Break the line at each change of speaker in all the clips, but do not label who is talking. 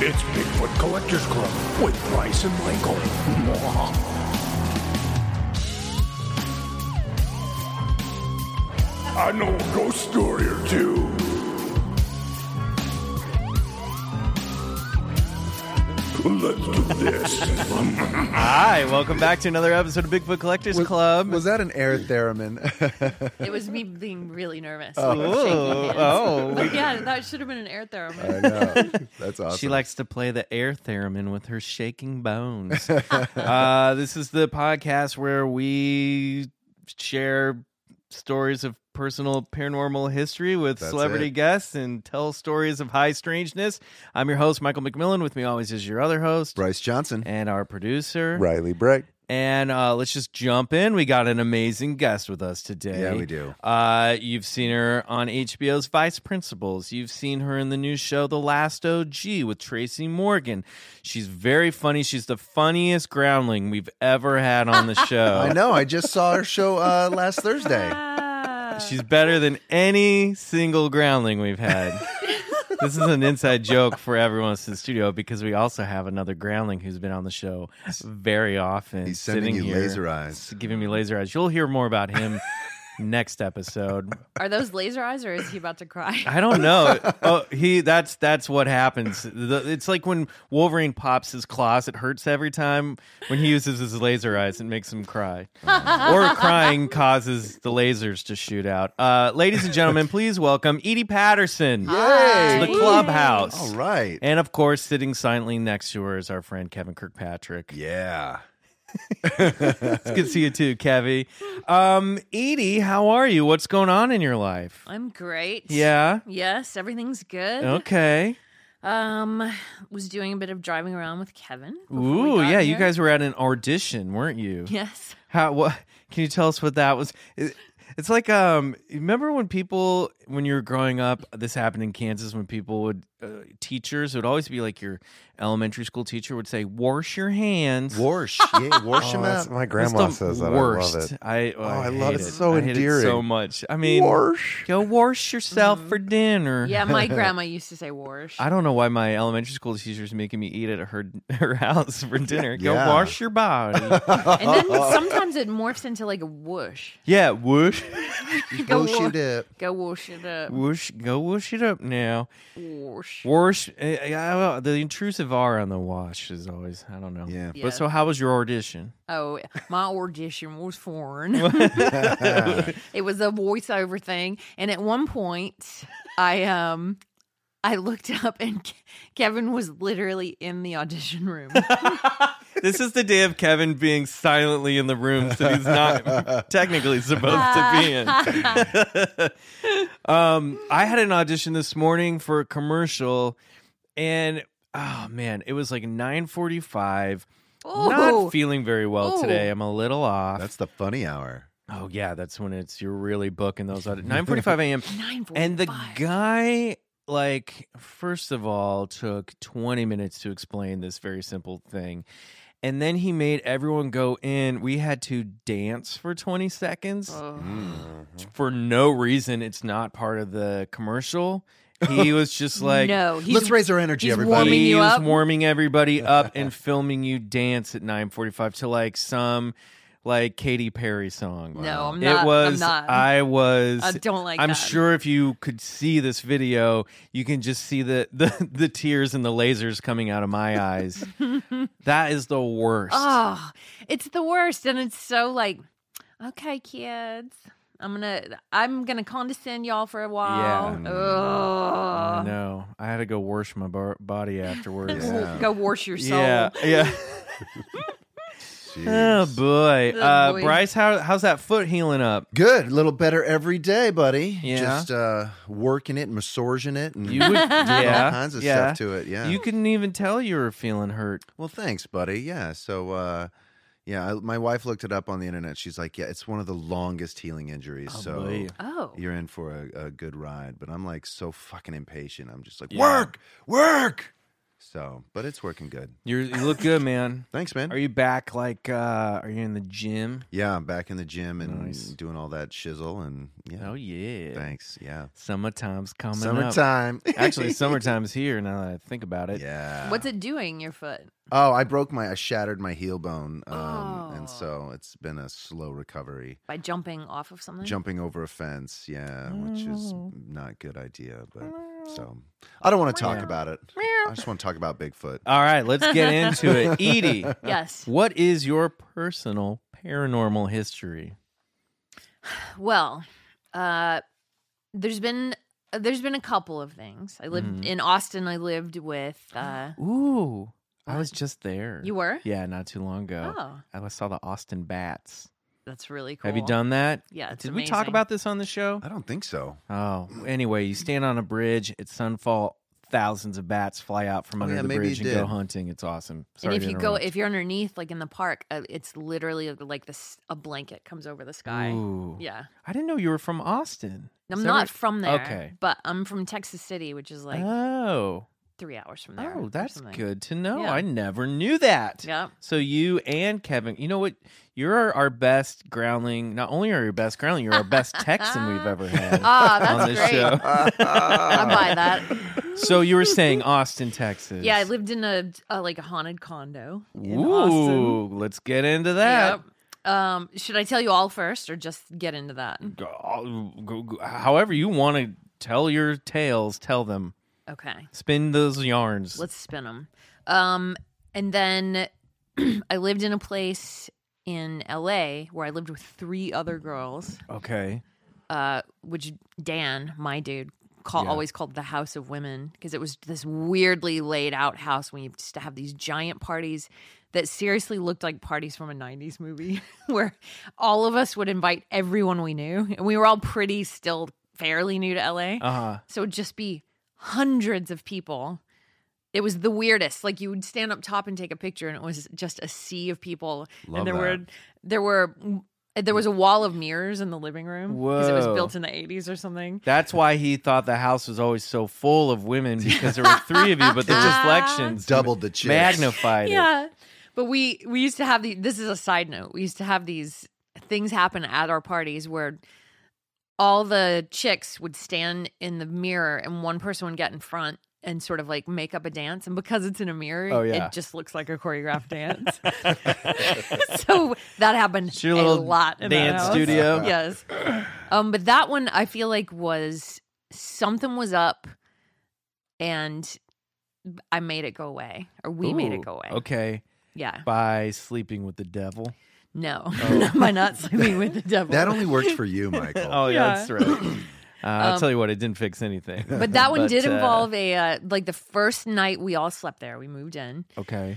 It's Bigfoot Collectors Club with Bryce and Michael. I know a ghost story or two. Let's do this.
Hi, welcome back to another episode of Bigfoot Collectors Club.
Uh, Was that an Eric Theremin?
It was me being really nervous.
Ooh,
like, shaking hands.
oh, we-
Yeah, that should have been an air thermal.
I know. That's awesome.
she likes to play the air theremin with her shaking bones. uh, this is the podcast where we share stories of personal paranormal history with
That's
celebrity
it.
guests and tell stories of high strangeness. I'm your host, Michael McMillan. With me always is your other host
Bryce Johnson,
and our producer.
Riley Bright.
And uh, let's just jump in. We got an amazing guest with us today.
Yeah, we do.
Uh, you've seen her on HBO's Vice Principals. You've seen her in the new show The Last OG with Tracy Morgan. She's very funny. She's the funniest groundling we've ever had on the show.
I know. I just saw her show uh, last Thursday.
She's better than any single groundling we've had. this is an inside joke for everyone else in the studio because we also have another groundling who's been on the show very often.
He's sending
sitting
you
here,
laser eyes.
s- Giving me laser eyes. You'll hear more about him next episode.
Are those laser eyes or is he about to cry?
I don't know. Oh, he that's that's what happens. The- it's like when Wolverine pops his claws, it hurts every time. When he uses his laser eyes, it makes him cry. or crying causes the lasers to shoot out. Uh, ladies and gentlemen, please welcome Edie Patterson
Yay!
to the clubhouse.
All right.
And of course, sitting silently next to her is our friend Kevin Kirkpatrick.
yeah.
It's good to see you too, Kevy. Um, Edie, how are you? What's going on in your life?
I'm great.
Yeah. Oh.
Yes, everything's good.
Okay.
Um, was doing a bit of driving around with Kevin. before we
Ooh,
got
yeah, you
here.
guys were at an audition, weren't you?
Yes.
How? What? Can you tell us what that was? It- It's like um, remember when people, when you were growing up, this happened in Kansas when people would, uh, teachers would always be like your elementary school teacher would say, "Wash your hands."
Warsh. Yeah, warsh him
Oh, that's-
out.
My
That's
grandma
the
says that.
Worst.
I love it.
I oh, I,
I love it.
hate
It's so
I hate it so
endearing.
much. I mean,
Warsh.
Go wash yourself for dinner.
Mm-hmm. Yeah, my grandma used to say "warsh."
I don't know why my elementary school teacher's making me eat at her her house for dinner. Go
Yeah.
wash your body.
And then sometimes it morphs into like a whoosh.
yeah, whoosh.
Go
wa-
shoot it.
Go whoosh it up.
Whoosh, go whoosh it up now.
Whoosh.
Whoosh, eh, eh, I don't know, the intrusive R on the wash is always, I don't know.
Yeah.
Yeah.
But so, how was your audition?
Oh, my audition was foreign. it was a voiceover thing, and at one point, I um, I looked up, and Ke- Kevin was literally in the audition room.
this is the day of Kevin being silently in the room that he's not technically supposed to be in. um, I had an audition this morning for a commercial, and oh man, it was like nine forty-five.
Ooh.
Not feeling very well
Ooh.
today. I'm a little off.
That's the funny hour.
Oh yeah, that's when it's you're really booking those out at 9:45 a.m.
Nine forty-five.
And the guy like first of all took 20 minutes to explain this very simple thing. And then he made everyone go in. We had to dance for 20 seconds
Oh.
for no reason. It's not part of the commercial. He was just like
no, he's,
Let's raise our energy,
he's
everybody.
warming
he
you
was
up?
warming everybody up and filming you dance at 9:45 to like some like Katy Perry song.
No, I'm not-
It
I'm
was.
not.
I was.
I don't like
I'm
that.
sure if you could see this video, you can just see the the, the tears and the lasers coming out of my eyes. that is the worst.
Oh, it's the worst, and it's so like, okay, kids, I'm gonna I'm gonna condescend y'all for a while.
Yeah.
Ugh.
no, I had to go wash my bar- body afterwards.
Yeah.
Go wash your soul.
yeah, yeah. Oh
Jeez.
boy,
Oh,
uh,
boy.
Bryce, how how's that foot healing up?
Good, a little better every day, buddy.
Yeah.
Just uh, working it, massaging it, and
You would, yeah,
all kinds of
yeah.
stuff to it. Yeah.
You couldn't even tell you were feeling hurt.
Well, thanks, buddy. Yeah. So, uh, yeah, I, my wife looked it up on the internet. She's like, yeah, it's one of the longest healing injuries.
Oh,
so
boy.
Oh,
you're in for a, a good ride. But I'm like so fucking impatient. I'm just like,
Yeah.
work, work. So, but it's working good.
You're, you look good, man.
Thanks, man.
Are you back? Like, uh, are you in the gym?
yeah, I'm back in the gym and
Nice.
doing all that shizzle. And yeah,
Oh yeah.
thanks. Yeah.
Summertime's coming. up.
Summertime.
Actually, summertime's here. Now that I think about it.
yeah.
what's it doing your foot?
Oh, I broke my, I shattered my heel bone. Um,
Oh.
And so it's been a slow recovery.
By jumping off of something?
jumping over a fence yeah which is not a good idea but so i don't want to talk about it i just want to talk about bigfoot
All right, let's get into it. Edie,
Yes.
what is your personal paranormal history?
Well, uh, there's been uh, there's been a couple of things. I lived
Mhm.
in Austin. I lived with. Uh,
Ooh, I was just there.
you were.
Yeah, not too long ago.
Oh,
I saw the Austin Bats.
that's really cool.
Have you done that?
Yeah, it's
Did we talk
amazing.
about this on the show?
i don't think so
Oh, anyway, you stand on a bridge at sunfall. Thousands of bats fly out from
Oh,
under
yeah,
the
maybe
bridge
you
and go
did.
hunting. It's awesome. Sorry
and if
to
you go,
interrupt.
if you're underneath, like in the park, uh, it's literally like this a blanket comes over the sky.
Ooh.
Yeah,
I didn't know you were from Austin.
I'm
Is that
not
right?
from there.
Okay.
but I'm from Texas City, which is like
oh,
three hours from there.
oh,
or
that's
something.
good to know.
Yeah.
I never knew that.
Yeah,
So you and Kevin, you know what? You're our, our best groundling. Not only are you our best groundling, you're our best Texan we've ever had
Ah,
on
that's
this
great.
show.
I buy that.
So you were saying Austin, Texas?
Oh. Yeah, I lived in a, a like a haunted condo in
Ooh,
Austin.
let's get into that.
Yep. Um, should I tell you all first, or just get into that?
go, go- go- however you want to tell your tales, tell them.
Okay.
Spin those yarns.
Let's spin them. Um, and then I lived in a place in LA where I lived with three other girls,
okay.
uh, which Dan, my dude, call,
Yeah.
always called the House of Women because it was this weirdly laid out house when you used to have these giant parties that seriously looked like parties from a 90s movie where all of us would invite everyone we knew. And we were all pretty still fairly new to LA.
Uh huh.
So it'd just be hundreds of people. It was the weirdest. Like you would stand up top and take a picture, and it was just a sea of people.
Love
and there
that.
were there were there was a wall of mirrors in the living room because it was
Whoa.
built in the eighties or something.
That's why he thought the house was always so full of women because there were three of you, but the reflections
doubled the chicks
magnified it.
Yeah, but we we used to have the. This is a side note. We used to have these things happen at our parties where all the chicks would stand in the mirror, and one person would get in front. And sort of like make up a dance, and because it's in a mirror,
Oh, yeah.
it just looks like a choreographed dance. so that happened
It's your
a
little
lot in that
dance
house.
studio.
Oh, yes, um, but that one I feel like was something was up, and I made it go away, or we made
Ooh,
it go away.
Okay.
Yeah.
By sleeping with the devil.
No. By not sleeping with the devil.
that only worked for you michael
Oh, yeah,
Yeah.
that's right. Uh, I'll
Um,
tell you what, it didn't fix anything.
but that one did
uh,
involve a uh, like the first night we all slept there. We moved in.
Okay.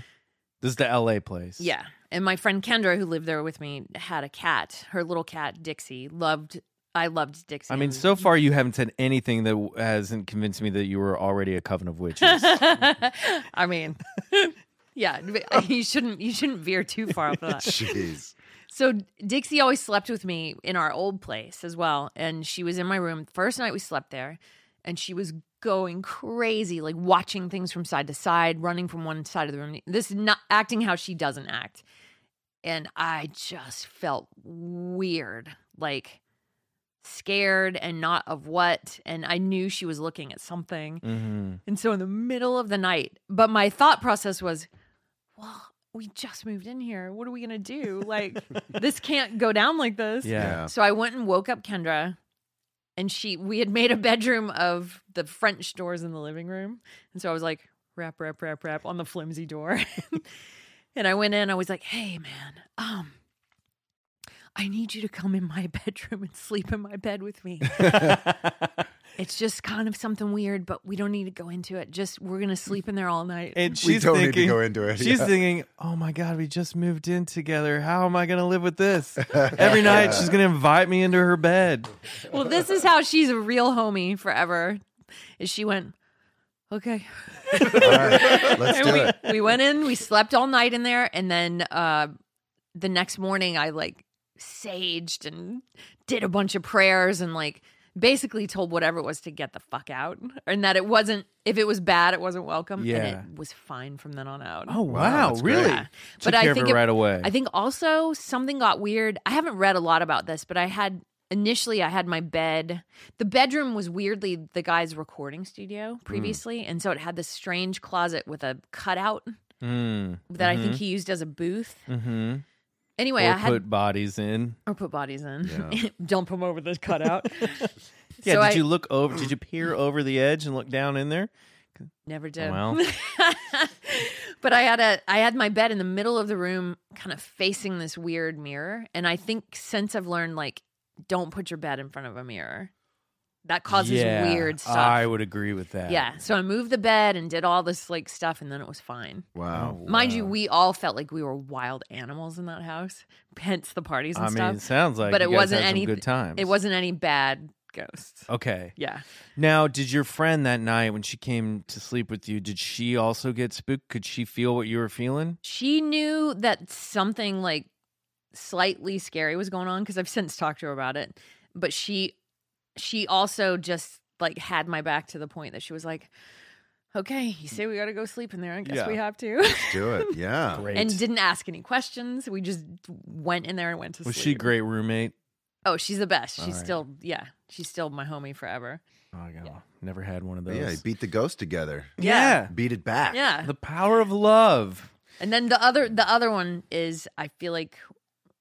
This is the LA place.
Yeah. And my friend Kendra, who lived there with me, had a cat. Her little cat Dixie loved. I loved Dixie.
I mean,
and-
so far you haven't said anything that w- hasn't convinced me that you were already a coven of witches.
I mean, yeah. but uh, You shouldn't. You shouldn't veer too far off of that.
jeez
So Dixie always slept with me in our old place as well, and she was in my room first night we slept there, and she was going crazy, like watching things from side to side, running from one side of the room. This is not acting how she doesn't act, and I just felt weird, like scared and not of what, and I knew she was looking at something,
Mhm.
and so in the middle of the night, but my thought process was, well, we just moved in here. What are we going to do? Like, this can't go down like this.
Yeah.
So I went and woke up Kendra, and she we had made a bedroom of the French doors in the living room, and so I was like rap rap rap rap on the flimsy door, and I went in. I was like, "Hey man, um, I need you to come in my bedroom and sleep in my bed with me. it's just kind of something weird, but we don't need to go into it. Just we're gonna sleep in there all night.
And
We
she's
don't
thinking,
need to go into it.
She's
yeah.
thinking, "Oh my god, we just moved in together. How am I going to live with this? Every night she's going to invite me into her bed."
well, this is how she's a real homie forever. Is she went, okay.
All right, let's do it.
we went in, we slept all night in there, and then uh, the next morning I like saged and did a bunch of prayers and like basically told whatever it was to get the fuck out and that it wasn't if it was bad it wasn't welcome and
Yeah.
it was fine from then on out.
Oh
Wow,
wow,
that's
really?
great.
Took care of it right away.
I think also something got weird. I haven't read a lot about this, but I had initially I had my bed. The bedroom was weirdly the guy's recording studio
Hmm.
previously, and so it had this strange closet with a cutout
Mm,
that I think he used as a booth.
hmm
Anyway,
or
I had
put bodies in.
or put bodies in, dump them over the cutout.
Yeah,
So
did
I-
you look over? Did you peer over the edge and look down in there?
Never did.
Well.
but I had a I had my bed in the middle of the room, kind of facing this weird mirror, and I think since I've learned like don't put your bed in front of a mirror. That causes
Yeah,
weird stuff.
I would agree with that.
Yeah. So I moved the bed and did all this like stuff and then it was fine.
Wow.
Oh,
Mind you, we all felt like we were wild animals in that house, hence the parties and
I
stuff.
mean, it sounds like
but
you
it
guys
wasn't
had some
any
good times.
It wasn't any bad ghosts.
okay.
Yeah.
Now, did your friend that night when she came to sleep with you, did she also get spooked? Could she feel what you were feeling?
She knew that something like slightly scary was going on because I've since talked to her about it. But she she also just like had my back to the point that she was like, Okay, you say we gotta go sleep in there. I guess
Yeah.
we have to.
Let's do it. Yeah.
Great.
and didn't ask any questions. We just went in there and went to
was
sleep.
she a great roommate?
Oh, she's the best.
right.
She's still, yeah, she's still my homie forever.
Oh, yeah. Never had one of
But
those.
yeah, you beat the ghost together.
Yeah.
Beat it back.
Yeah.
The power of love.
And then the other, the other one is, I feel like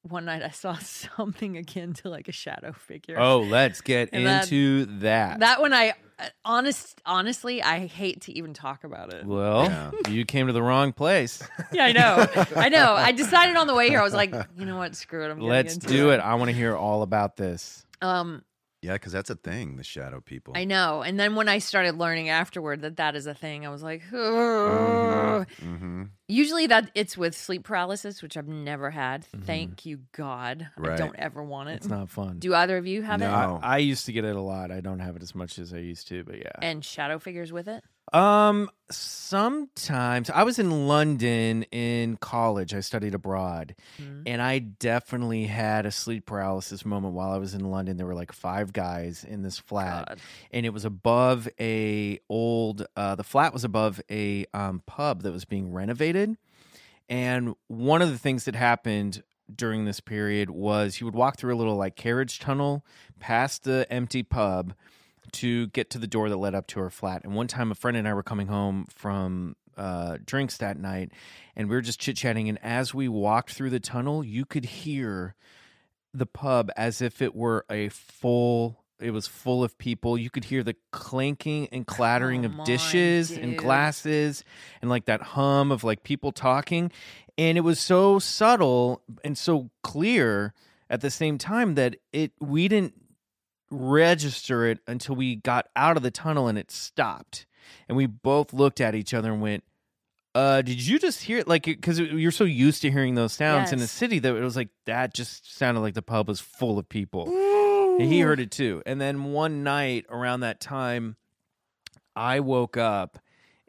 one night I saw something akin to like a shadow figure.
Oh, let's get
And that-
into that.
that one I uh, honest, honestly, I hate to even talk about it.
well, you came to the wrong place.
Yeah, I know, I know. I decided on the way here, I was like, you know what, screw it. I'm getting
Let's
into
do it. I want to hear all about this.
Um,
Yeah, because that's a thing, the shadow people.
I know. And then when I started learning afterward that that is a thing, I was like, "Ugh."
Uh-huh. Mm-hmm.
usually that it's with sleep paralysis, which I've never had. Thank you, God. I
Right.
don't ever want it.
Mm-hmm. It's not fun.
Uh, Do either of you have
No.
it?
I, I used to get it a lot. I don't have it as much as I used to, but yeah.
And shadow figures with it?
Um, sometimes I was in London in college. I studied abroad, and I definitely had a sleep paralysis moment while I was in London. There were like five guys in this flat,
God.
and it was above a old. Uh, the flat was above a um, pub that was being renovated, and one of the things that happened during this period was you would walk through a little like carriage tunnel past the empty pub to get to the door that led up to her flat. And one time, a friend and I were coming home from uh, drinks that night, and we were just chit chatting. And as we walked through the tunnel, you could hear the pub as if it were a full. It was full of people. You could hear the clanking and clattering
Come
of
on,
dishes and
dude.
glasses and like that hum of like people talking. And it was so subtle and so clear at the same time that it we didn't register it until we got out of the tunnel and it stopped. And we both looked at each other and went, uh, did you just hear it? Like, because you're so used to hearing those sounds in the
Yes.
city that it was like, that just sounded like the pub was full of people. And he heard it too. And then one night around that time, I woke up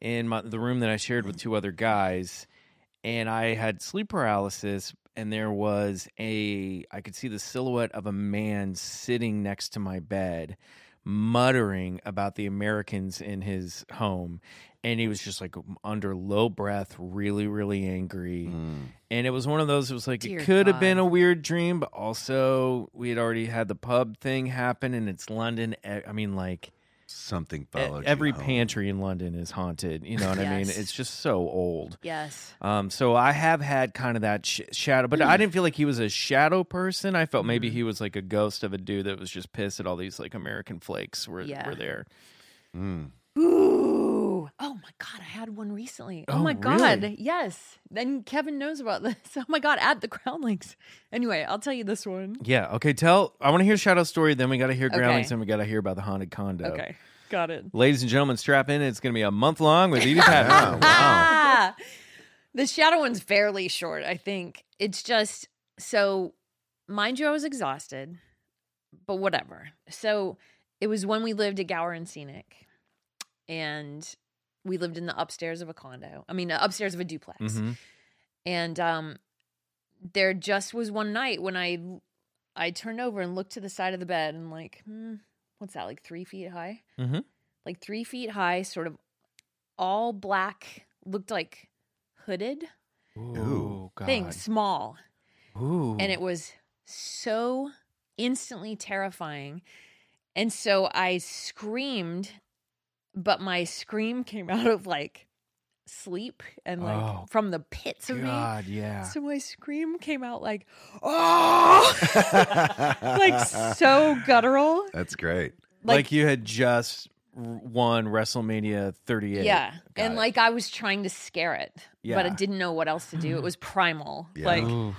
in my, the room that I shared with two other guys, and I had sleep paralysis. And there was a, I could see the silhouette of a man sitting next to my bed, muttering about the Americans in his home. And he was just like under low breath, really, really angry. And it was one of those, it was like,
Dear
it could have been
God.
a weird dream, but also we had already had the pub thing happen, and it's London. eh, I I mean, like,
Something
E-
followed. you
Every
home.
pantry in London is haunted. You know what I mean?
Yes.
It's just so old.
Yes.
Um, so I have had kind of that sh- shadow, but
Hmm.
I didn't feel like he was a shadow person. I felt maybe he was like a ghost of a dude that was just pissed at all these like American flakes were
Yeah.
were there.
Mm.
Ooh. Oh my God. I had one recently. Oh,
Oh,
my
really?
God. Yes. Then Kevin knows about this. Oh my God. At the Groundlings. Anyway, I'll tell you this one.
Yeah. Okay. Tell. I want to hear shadow story. Then we got to hear groundlings.
Okay.
Then we got to hear about the haunted condo.
Okay. Got it.
Ladies and gentlemen, strap in. It's going to be a month long with Edie Patterson.
Oh, wow.
Ah, the shadow one's fairly short, I think. It's just so, mind you, I was exhausted, but whatever. So it was when we lived at Gower and Scenic, and we lived in the upstairs of a condo. I mean, upstairs of a duplex.
Mhm.
And um, there just was one night when I I turned over and looked to the side of the bed and like, hmm, what's that? Like three feet high?
Mhm.
Like three feet high, sort of all black, looked like hooded
Ooh, God.
thing, small,
Ooh.
and it was so instantly terrifying. And so I screamed, but my scream came out of like sleep and like
Oh,
from the pits of me.
God, yeah.
So my scream came out like, oh, like so guttural.
That's great.
like, you had just r- won WrestleMania 38.
yeah.
Got
and
it.
like I was trying to scare it, but I
Yeah.
didn't know what else to do. It was primal.
Yeah.
Like,
Ooh.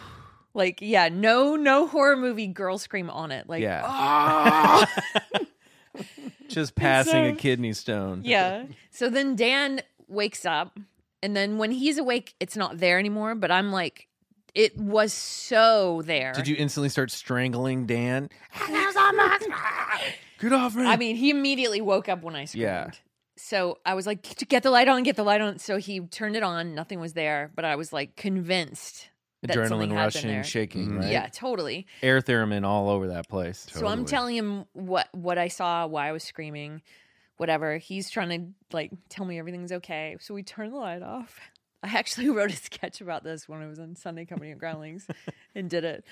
like, yeah, no, no horror movie girl scream on it. Like,
yeah.
"Ah!"
just passing a
so-
kidney stone.
yeah. So then Dan wakes up, and then when he's awake, it's not there anymore. But I'm like, it was so there.
Did you instantly start strangling Dan?
Good off me.
I mean, he immediately woke up when I screamed.
Yeah.
So I was like, "Get- get the light on, get the light on. So he turned it on. Nothing was there, but I was like convinced that something
Adrenaline
happened
rushing,
there.
shaking,
Mm-hmm.
right?
Yeah, totally.
Air theremin all over that place.
So I'm
Totally.
telling him what what I saw, why I was screaming, whatever. He's trying to like tell me everything's okay. So we turn the light off. I actually wrote a sketch about this when I was on Sunday Company at Groundlings and did it.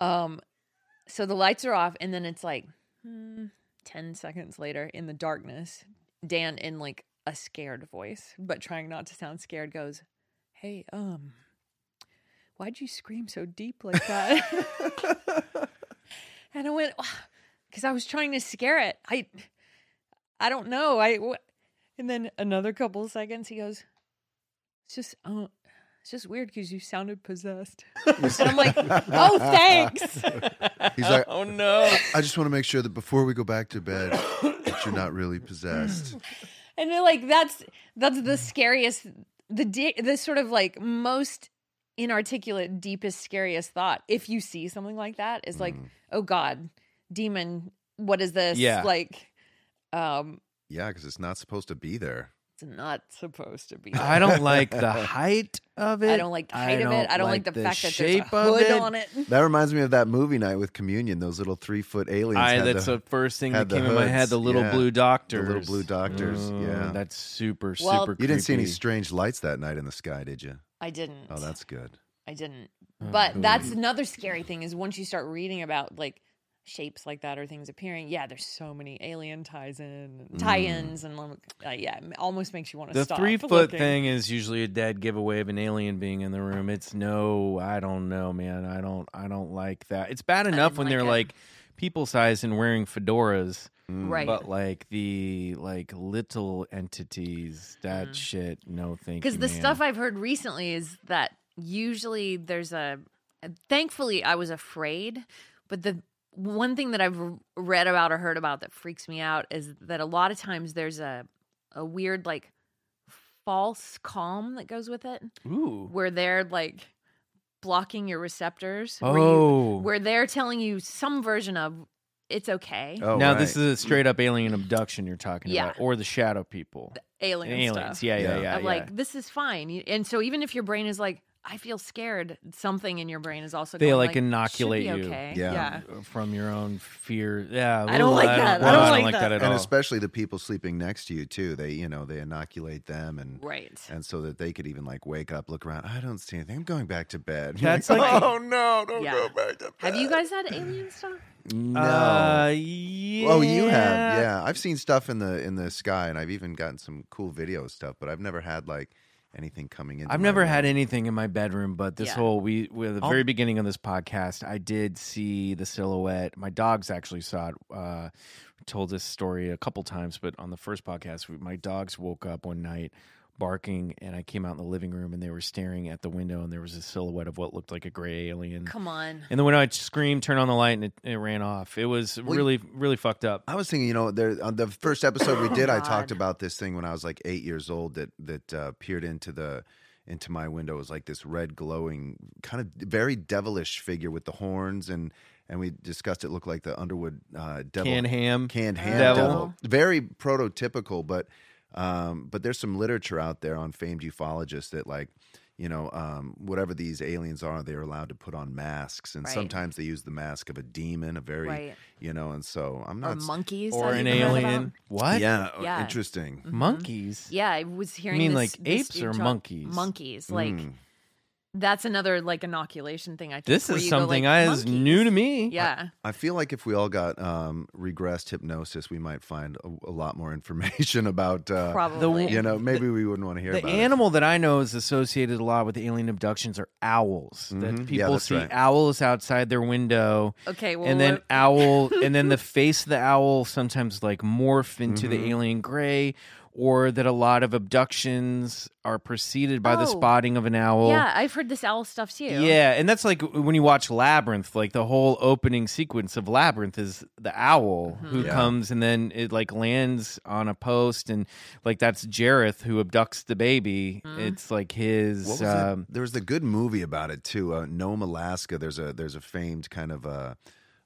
Um so the lights are off and then it's like hmm, 10 seconds later in the darkness, Dan in like a scared voice, but trying not to sound scared goes, "Hey, um why'd you scream so deep like that?" And I went, because I was trying to scare it. I, I don't know. I, wh-" and then another couple of seconds, he goes, it's just, uh, it's just weird because you sounded possessed. and I'm like, oh, thanks.
He's like,
oh no.
I just want to make sure that before we go back to bed, that you're not really possessed.
And they're like, that's that's the scariest, the di- the sort of like most inarticulate, deepest, scariest thought. If you see something like that, is like, oh God, demon, what is this?
Mm. Yeah.
Like, um,
Yeah, because it's not supposed to be there.
it's not supposed to be.
I don't like the height of it.
I don't like the height of it. I don't like, the, fact that there's a
shape of
hood on it.
That reminds me of that movie night with Communion. Those little three foot aliens.
I,
had
that's
the-
the, first thing that
had the
came in my head.
hoods,
The little
yeah.
blue doctors.
The little blue doctors,
Mm,
yeah.
that's super
Well-
super.
you didn't see any
creepy.
strange lights that night in the sky, did you?
I didn't.
Oh, that's good.
I didn't. But that's another scary thing is once you start reading about like shapes like that or things appearing. Yeah, there's so many alien ties in tie-ins and like, uh, yeah, it almost makes you want to
The
stop.
three foot
looking.
thing is usually a dead giveaway of an alien being in the room. It's no, I don't know, man. I don't, I don't like that. It's bad enough
didn't
when
like
they're
it.
like people sized and wearing fedoras,
Right.
but like the like little entities, that
Mm.
shit. No, thank you.
Because the
man.
stuff I've heard recently is that usually there's a. Thankfully, I was afraid, but the one thing that I've r- read about or heard about that freaks me out is that a lot of times there's a a weird like false calm that goes with it,
Ooh.
where they're like blocking your receptors. where you-
Oh.
where they're telling you some version of it's okay,
Oh,
now
right.
this is a straight up alien abduction you're talking
Yeah.
about, or the shadow people,
alien
aliens.
stuff.
Yeah, yeah,
Yeah.
yeah.
of
yeah.
like this is fine You- and so even if your brain is like i feel scared something in your brain is also
they
going,
like,
like
inoculate
"Should be
you,
okay.
Yeah.
from your own fear. Yeah,
I don't
ooh,
like that. I don't
well,
like that.
at all.
and especially the people sleeping next to you too. They, you know, they inoculate them and
right
and so that they could even like wake up, look around. I don't see anything. I'm going back to bed.
That's
You're
like-
oh no, don't
Yeah.
go back to bed.
have you guys had alien stuff
No.
Uh, yeah.
Oh, you have. Yeah, I've seen stuff in the in the sky, and I've even gotten some cool video stuff. But I've never had like anything coming in.
I've never had anything in my bedroom, but this
Yeah.
whole we, we at the
Oh.
very beginning of this podcast, I did see the silhouette. My dogs actually saw it. Uh, told this story a couple times, but on the first podcast, we, my dogs woke up one night barking, and I came out in the living room, and they were staring at the window, and there was a silhouette of what looked like a gray alien.
Come on.
And then when I screamed, turn on the light, and it, it ran off. It was really, really fucked up.
I was thinking, you know, there on the first episode
Oh,
we did, I talked
God.
about this thing when I was like eight years old that that uh, peered into the into my window. It was like this red glowing, kind of very devilish figure with the horns, and and we discussed it looked like the Underwood uh, devil
Canned ham.
canned ham
Devil.
devil. Very prototypical, but um, but there's some literature out there on famed ufologists that like you know um, whatever these aliens are, they're allowed to put on masks, and
Right.
sometimes they use the mask of a demon, a very
Right.
you know, and so I'm
Or
not.
monkeys.
or
have
an
you heard about?
alien. What?
Yeah, oh,
Yeah. Mm-hmm.
interesting.
Monkeys.
Yeah, I was hearing.
mean,
this-
like,
this
apes
dude
or
talk-
monkeys?
Monkeys, like that's another like inoculation thing. I took
This
where
is
you go,
something
like,
I is
monkeys.
new to me.
Yeah,
I feel like if we all got um, regressed hypnosis, we might find a, a lot more information about. Uh,
probably.
You know, maybe we wouldn't want to hear
The
about it.
animal that I know is associated a lot with alien abductions are owls.
Mhm. Yeah,
That people
that's
see
right.
owls outside their window,
okay, well,
and then
what-
owl, and then the face of the owl sometimes like morph into
Mhm.
the alien gray, or that a lot of abductions are preceded by the
Oh.
spotting of an owl.
yeah, I've heard this owl stuff too.
Yeah, and that's like when you watch Labyrinth, like the whole opening sequence of Labyrinth is the owl
Mm-hmm.
who
Yeah.
comes and then it like lands on a post and like that's Jareth who abducts the baby.
Mm-hmm.
It's like his
What was that?
um
There was a good movie about it too. Uh, Nome, Alaska. There's a there's a famed kind of uh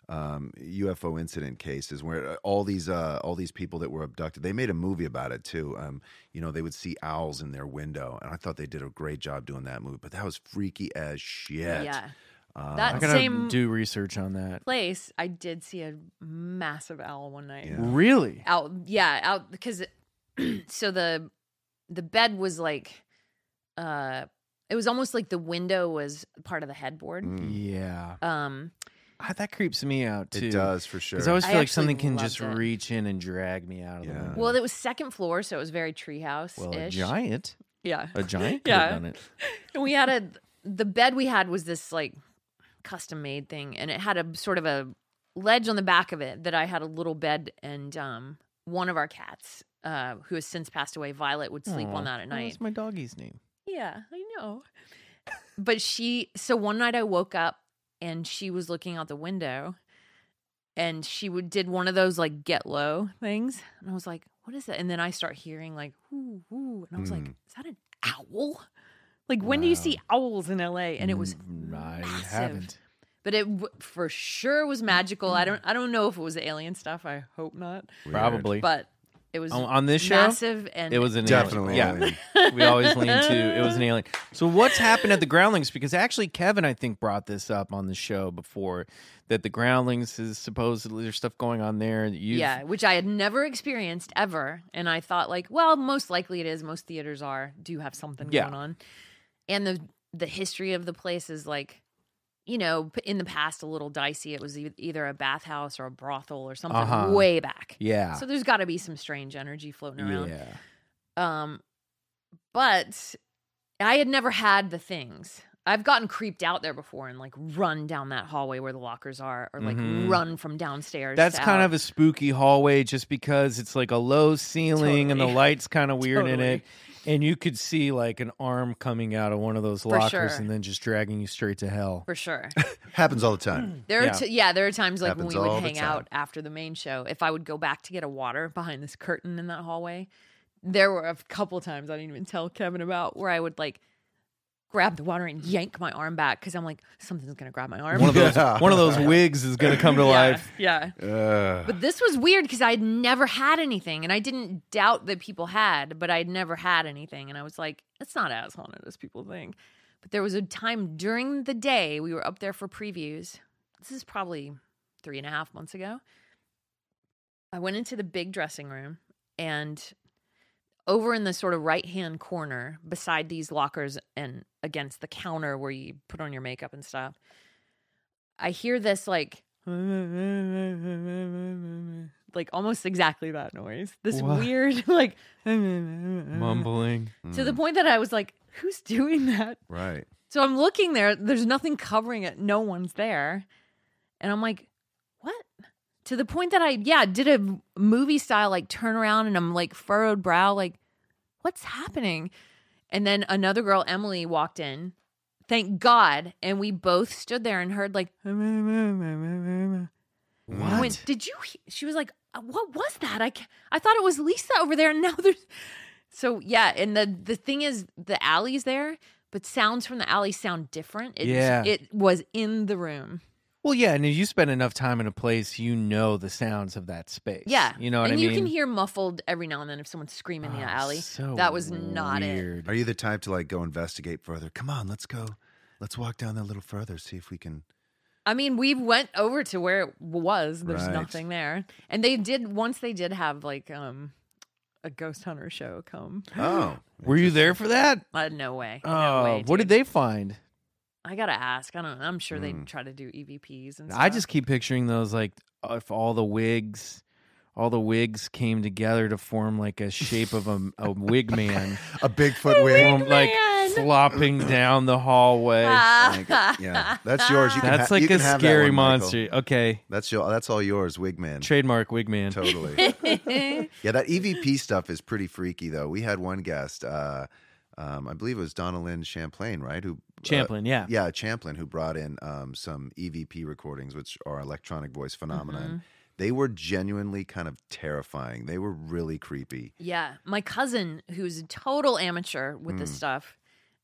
um, UFO incident cases where uh, all these uh, all these people that were abducted. They made a movie about it too. Um, you know, they would see owls in their window, and I thought they did a great job doing that movie. But that was freaky as shit.
yeah.
Uh,
I
That
gotta
same
do research on that.
place, I did see a massive owl one night.
Yeah.
Really?
out yeah out because it- so the the bed was like uh it was almost like the window was part of the headboard
Mm.
Yeah.
um
Ah, that creeps me out too.
it does for sure.
Because I always
I
feel like
actually
something can
loved
just
it.
reach in and drag me out of
Yeah.
the window.
well it was second floor so it was very treehouse
Well, a
ish
giant.
yeah
A giant could
Yeah.
have done it.
and we had a the bed we had was this like custom made thing and it had a sort of a ledge on the back of it that i had a little bed and um one of our cats uh who has since passed away violet would sleep
Aw,
on that at
well,
night
That's my doggie's name.
Yeah, I know. but she, so one night I woke up and she was looking out the window and she would, did one of those like get low things. And I was like, what is that? And then I start hearing like, ooh, ooh. And I was like,
Mm.
is that an owl? Like, when do you
Wow.
see owls in LA? And it was,
Mm, I
massive.
haven't. Mm.
but it w- for sure was magical. I don't, I don't know if it was alien stuff. I hope not.
Weird.
Probably.
But it was
on, on this show,
massive and
it was an
Definitely.
Alien.
alien.
Yeah, we always lean to it was an alien. So what's happened at the Groundlings? Because actually, Kevin, I think brought this up on the show before that the Groundlings is supposedly there's stuff going on there. that you've-
yeah, which I had never experienced ever. And I thought, like, well, most likely it is. Most theaters are do have something
Yeah.
going on, and the the history of the place is like, you know, p- in the past a little dicey. It was e- either a bathhouse or a brothel or something
Uh-huh.
way back.
yeah,
So there's got to be some strange energy floating around.
yeah.
Um, but I had never had the things. I've gotten creeped out there before and like run down that hallway where the lockers are, or like
Mhm.
run from downstairs.
That's
to
kind
out.
of a spooky hallway, just because it's like a low ceiling and the
Totally.
lights kind of weird in
Totally.
it, and you could see like an arm coming out of one of those lockers
sure.
and then just dragging you straight to hell.
for sure.
Happens all the time.
There
Yeah.
are t- yeah, there are times like when
Happens
we
all
would
the
hang
time.
out after the main show. If I would go back to get a water behind this curtain in that hallway, there were a couple times I didn't even tell Kevin about where I would like grab the water and yank my arm back because I'm like something's gonna grab my arm.
One of those,
Yeah.
one of those wigs is going to come to
yeah,
life.
yeah.
Ugh.
But this was weird because I had never had anything, and I didn't doubt that people had, but I'd never had anything, and I was like, it's not as haunted as people think. But there was a time during the day we were up there for previews. This is probably three and a half months ago. I went into the big dressing room, and over in the sort of right hand corner, beside these lockers and against the counter where you put on your makeup and stuff, I hear this like like almost exactly that noise. This
What?
weird, like,
mumbling.
to the point that I was like, who's doing that?
Right.
So I'm looking there. There's nothing covering it. No one's there. And I'm like, what? To the point that I, yeah, did a movie style like turnaround and I'm like furrowed brow, like, what's happening? And then another girl, Emily, walked in. Thank God. And we both stood there and heard like, I went, did you? he-" She was like, "Uh, what was that? I, ca- I thought it was Lisa over there. And now there's. So yeah, and the the thing is, the alley's there, but sounds from the alley sound different. It,
Yeah.
it was in the room.
Well, yeah, and if you spend enough time in a place, you know the sounds of that space.
Yeah,
you know what
and
I
you
mean. Ah,
can hear muffled every now and then if someone's screaming in the alley.
So
that was not it.
weird.
Are you the type to like go investigate further? Come on, let's go. Let's walk down there a little further, see if we can.
I mean, we went over to where it was. There's
Right.
nothing there, and they did once they did have like um a ghost hunter show come.
Oh,
Were you there for that?
Uh, no way.
Oh,
No way,
what did
dude.
they find?
I gotta ask. I don't. I'm sure they
Mm.
try to do EVPs and. Stuff.
I just keep picturing those like if all the wigs, all the wigs came together to form like a shape of a, a wig man,
a Bigfoot wig.
form, like
man.
flopping down the hallway.
Ah.
Oh yeah, that's yours. You can
That's
ha- you
like
can
a
have that
scary
one, Michael.
monster. Okay,
That's your. That's all yours, Wigman.
trademark wig man.
totally. Yeah, that EVP stuff is pretty freaky, though. We had one guest, uh, um, I believe it was Donna Lynn Champlain, right? Who uh,
Champlin, yeah.
yeah, Champlin, who brought in um, some EVP recordings, which are electronic voice phenomena.
Mm-hmm.
and They were genuinely kind of terrifying. They were really creepy.
yeah, my cousin, who's a total amateur with
Mm.
this stuff,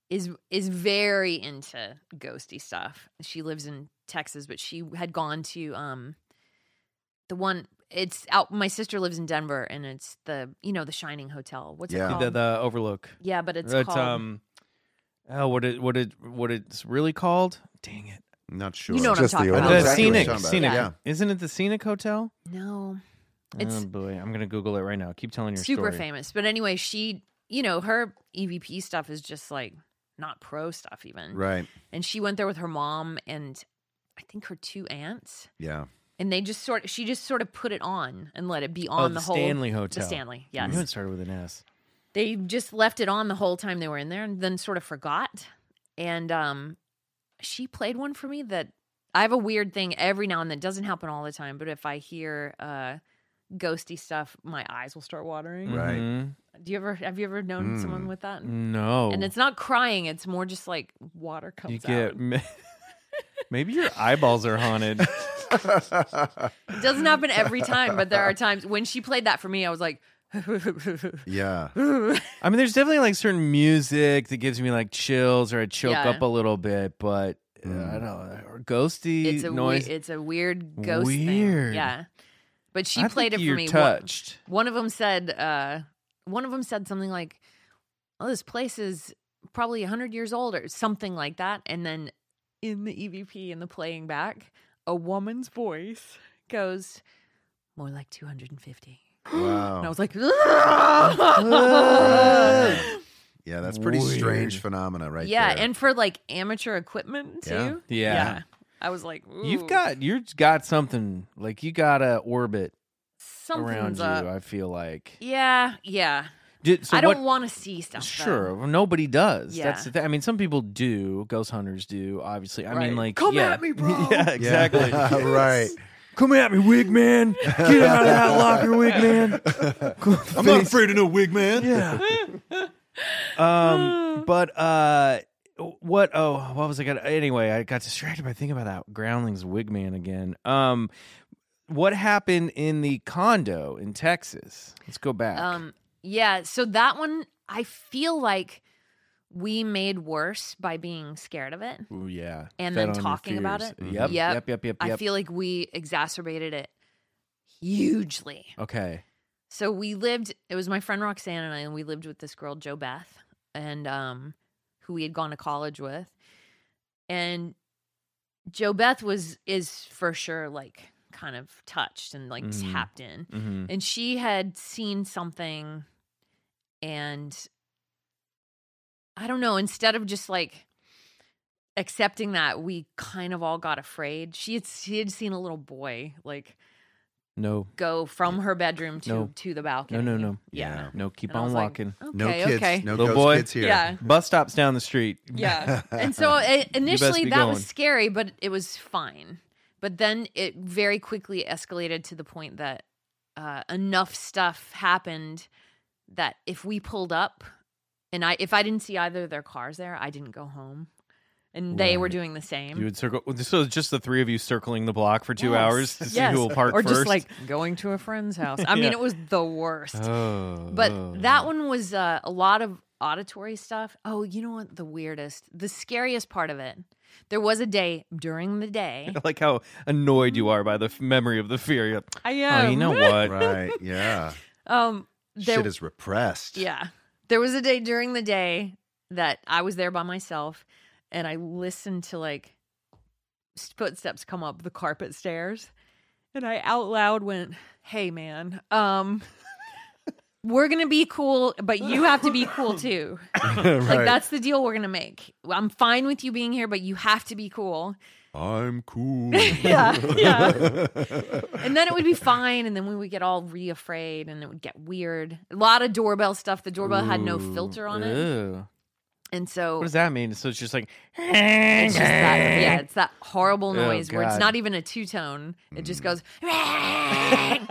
is is very into ghosty stuff. She lives in Texas, but she had gone to um the one. It's out. My sister lives in Denver, and it's the you know the Shining Hotel. What's
Yeah.
it called?
The, the Overlook.
yeah, but it's, called.
um, oh, what it what it what it's really called? Dang it!
I'm not sure.
know what I'm Just the talking about.
The
know exactly what
scenic,
you're talking
scenic.
about.
Yeah.
Isn't it the Scenic Hotel?
no, it's
oh boy, I'm gonna Google it right now. Keep telling your
super
story.
famous. But anyway, she you know her EVP stuff is just like not pro stuff even.
Right.
and she went there with her mom and I think her two aunts,
Yeah.
and they just sort of she just sort of put it on and let it be
Oh,
on
the,
whole
Stanley Hotel. Mm-hmm.
The Stanley,
I
yes.
knew it started with an S.
They just left it on the whole time they were in there, and then sort of forgot. And um, she played one for me that I have a weird thing every now and then. It doesn't happen all the time, but if I hear uh, ghosty stuff, my eyes will start watering.
Right.
Mhm.
Do you ever have you ever known someone with that?
Hmm. No.
And it's not crying; it's more just like water comes
you
out.
get maybe your eyeballs are haunted.
It doesn't happen every time, but there are times when she played that for me, I was like,
Yeah.
I mean, there's definitely like certain music that gives me like chills or I choke
Yeah.
up a little bit, but uh,
Hmm.
I don't know, or ghosty
it's a we-
noise.
it's a weird ghost
Weird.
thing. Yeah. But she
I
played it
think
for
you're
me. One-
Touched.
One, of them said uh one of them said something like, "Oh, this place is probably 100 years old or something like that." And then in the E EVP in the playing back, a woman's voice goes more like 250. And I
Wow.
was like,
Yeah, that's pretty strange phenomena, right
yeah,
there.
and for like amateur equipment too.
Yeah.
Yeah.
I was like,
You've
"Ooh,
got you've got something like you got a orbit around
something's
you.
up.
I feel like.
yeah, yeah.
Did- so
I don't
what-
want to see stuff. though.
Sure, well, nobody does.
Yeah.
That's the thing. I mean, some people do. Ghost hunters do. Obviously, I mean,
Right.
like,
Come
yeah.
at me, bro.
yeah,
Yeah.
exactly.
right.
Come at me, wig man. Get out of that locker, wig man.
I'm not afraid of no wig, man.
Yeah. um, but uh, what? Oh, what was I gonna? Anyway, I got distracted by thinking about that Groundlings wig man again. Um, what happened in the condo in Texas? Let's go back.
Um, yeah. So that one, I feel like we made worse by being scared of it.
Ooh, yeah.
and
Fed
then
on your
talking about
fears.
it.
Yep. Yep.
Yep.
Yep. Yep. Yep.
I feel like we exacerbated it hugely.
okay.
So we lived. It was my friend Roxanne and I, and we lived with this girl Jo Beth, and um, who we had gone to college with. And Jo Beth was is for sure like kind of touched and like
Mhm.
tapped in,
Mm-hmm.
and she had seen something, and I don't know. Instead of just like accepting that, we kind of all got afraid. She had she had seen a little boy like
No,
go from her bedroom to
No.
to the balcony.
no, no, no.
Yeah.
No, keep
And I
on
was like,
walking.
Okay,
No kids.
okay.
No
Little
ghost
boy?
kids here.
Yeah.
Bus stops down the street.
Yeah. And so it, initially
be
that
going.
was scary, but it was fine. But then it very quickly escalated to the point that uh, enough stuff happened that if we pulled up and I if I didn't see either of their cars there, I didn't go home. And they were
Right.
doing the same.
You would circle. So it's just the three of you circling the block for two
Yes.
hours to see
Yes.
who will park
or
first.
just like going to a friend's house. I mean,
Yeah.
it was the worst.
oh,
But that one was uh, a lot of auditory stuff. Oh, you know what? The weirdest, the scariest part of it. There was a day during the day.
I like how annoyed you are by the f- memory of the fear. You're like,
I
oh, you know what?
Right. Yeah.
Um, there,
Shit is repressed.
yeah, there was a day during the day that I was there by myself, and I listened to like s- footsteps come up the carpet stairs, and I out loud went, "Hey, man, um." We're gonna be cool, but you have to be cool too.
right.
Like that's the deal we're gonna make. I'm fine with you being here, but you have to be cool.
I'm cool.
Yeah, yeah. and then it would be fine, and then we would get all re-afraid, and it would get weird. A lot of doorbell stuff. The doorbell had no filter on it,
Ew.
and so
What does that mean? So it's just like,
it's just that. Yeah, it's that horrible
Oh,
noise where it's
God. Mm.
not even a two tone. It just goes.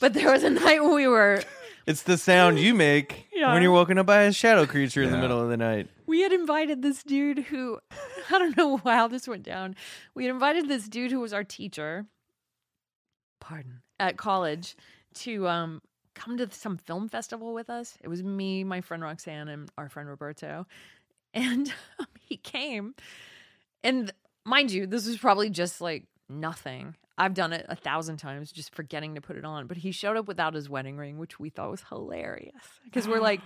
but there was a night when we were
it's the sound you make
Yeah.
when you're woken up by a shadow creature in the
Yeah.
middle of the night.
we had invited this dude who I don't know how this went down. We had invited this dude who was our teacher, pardon, at college to um come to some film festival with us. It was me, my friend Roxanne, and our friend Roberto. And um, he came. And mind you, this was probably just like nothing. I've done it a thousand times, just forgetting to put it on. But he showed up without his wedding ring, which we thought was hilarious because we're like,